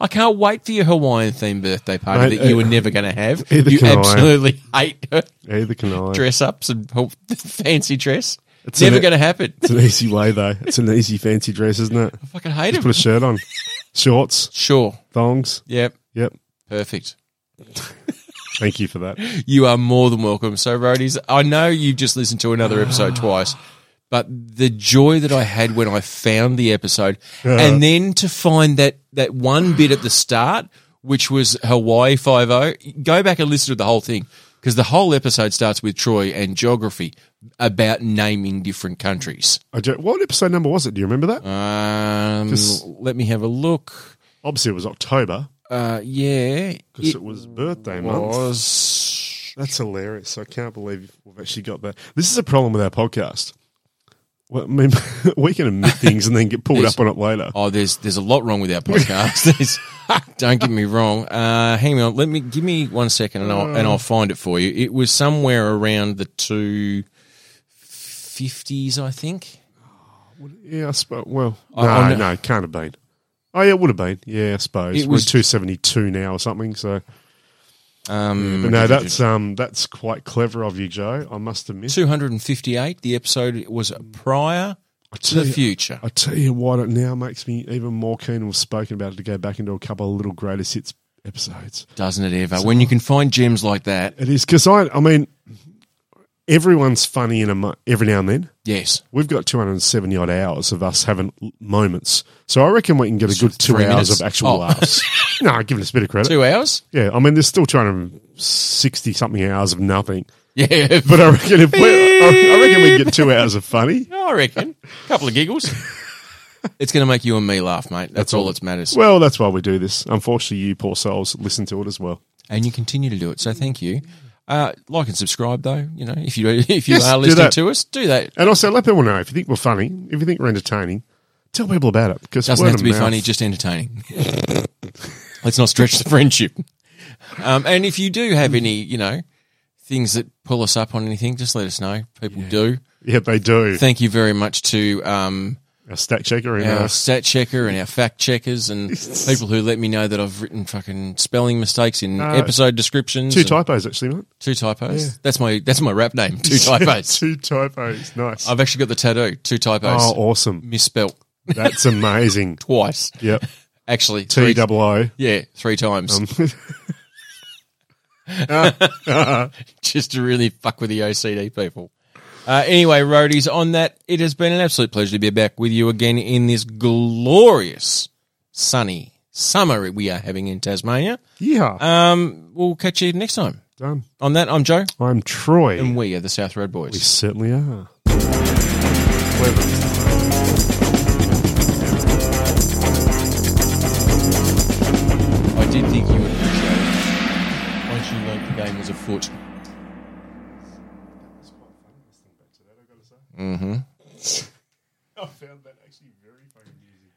A: I can't wait for your Hawaiian themed birthday party
B: Mate,
A: that you
B: uh,
A: were never going to have.
B: Either
A: You
B: can I.
A: absolutely hate
B: Either can I.
A: dress ups and whole- fancy dress. It's
B: an-
A: never going to happen.
B: It's an easy way though. It's an easy fancy dress, isn't it?
A: I fucking hate
B: Put a
A: him.
B: shirt on, shorts,
A: Sure.
B: thongs.
A: Yep.
B: Yep.
A: Perfect.
B: Thank you for that.
A: You are more than welcome. So, Roadies, I know you've just listened to another episode twice, but the joy that I had when I found the episode and then to find that, that one bit at the start, which was Hawaii Five O, go back and listen to the whole thing. because the whole episode starts with Troy and geography about naming different countries.
B: I do, what episode number was it? Do you remember that?
A: Um,
B: 'Cause-
A: let me have a look.
B: Obviously, it was October
A: Uh, yeah,
B: because it,
A: it
B: was birthday month.
A: was.
B: That's hilarious. I can't believe we've actually got that. This is a problem with our podcast. Well, I mean, we can admit things and then get pulled up on it later.
A: Oh, there's there's a lot wrong with our podcast. There's- don't get me wrong. Uh, hang on, let me give me one second, and I'll and I'll find it for you. It was somewhere around the two fifties, I think.
B: Yeah, I suppose. Well, no,
A: I- I kn-
B: no, it can't have been. Oh, yeah, it would have been. Yeah, I suppose
A: It
B: it was
A: was-
B: two seventy two now or something. So,
A: Um,
B: but no, that's um, that's quite clever of you, Joe. I must admit.
A: two hundred and fifty eight. The episode was prior to the future.
B: I tell you what, it now makes me even more keen. and We've spoken about it to go back into a couple of little greatest hits episodes.
A: Doesn't it ever? when you can find gems like that,
B: It is because I, I mean, everyone's funny in a mo- every now and then.
A: yes.
B: We've got 270 odd hours of us having l- moments. So I reckon we can get a good two
A: three
B: hours
A: minutes?
B: of actual
A: Oh.
B: laughs. no, giving us a bit of credit.
A: Two hours?
B: Yeah, I mean, there's still 260 something hours of nothing.
A: Yeah,
B: But I reckon if we, I I reckon we get two hours of funny.
A: I reckon a couple of giggles. it's going to make you and me laugh, mate. That's, all that matters.
B: Well, that's why we do this. Unfortunately, you poor souls listen to it as well.
A: and you continue to do it. So thank you. Uh, like and subscribe, though. You know, if you if you
B: Yes,
A: are
B: do
A: listening
B: that.
A: to us, do that.
B: And also, let people know if you think we're funny, if you think we're entertaining, tell people about it. Because
A: Doesn't
B: word
A: have to
B: of
A: be
B: mouth-
A: funny, just entertaining. Let's not stretch the friendship. Um, and if you do have any, you know, things that pull us up on anything, just let us know. People do.
B: Yeah, they do.
A: Thank you very much to um,
B: A stat checker in
A: our
B: yeah.
A: stat checker and our fact checkers and people who let me know that I've written fucking spelling mistakes in episode descriptions.
B: Uh, two
A: and-
B: typos, actually, mate.
A: Two typos. That's my that's my rap name. Two typos.
B: two typos. Nice.
A: I've actually got the tattoo. Two typos.
B: oh, awesome.
A: Misspelt
B: That's amazing.
A: twice.
B: yep.
A: Actually,
B: T
A: three.
B: double O.
A: Yeah, three times.
B: Um,
A: Just to really fuck with the OCD people. Uh, anyway, roadies, on that, it has been an absolute pleasure to be back with you again in this glorious, sunny summer we are having in Tasmania.
B: Yeah.
A: Um, we'll catch you next time.
B: Done.
A: On that, I'm Joe,
B: I'm Troy.
A: and we are the South Road Boys.
B: we certainly are.
A: I did think you would appreciate it once you learnt the game was afoot.
B: I found that actually very fucking music.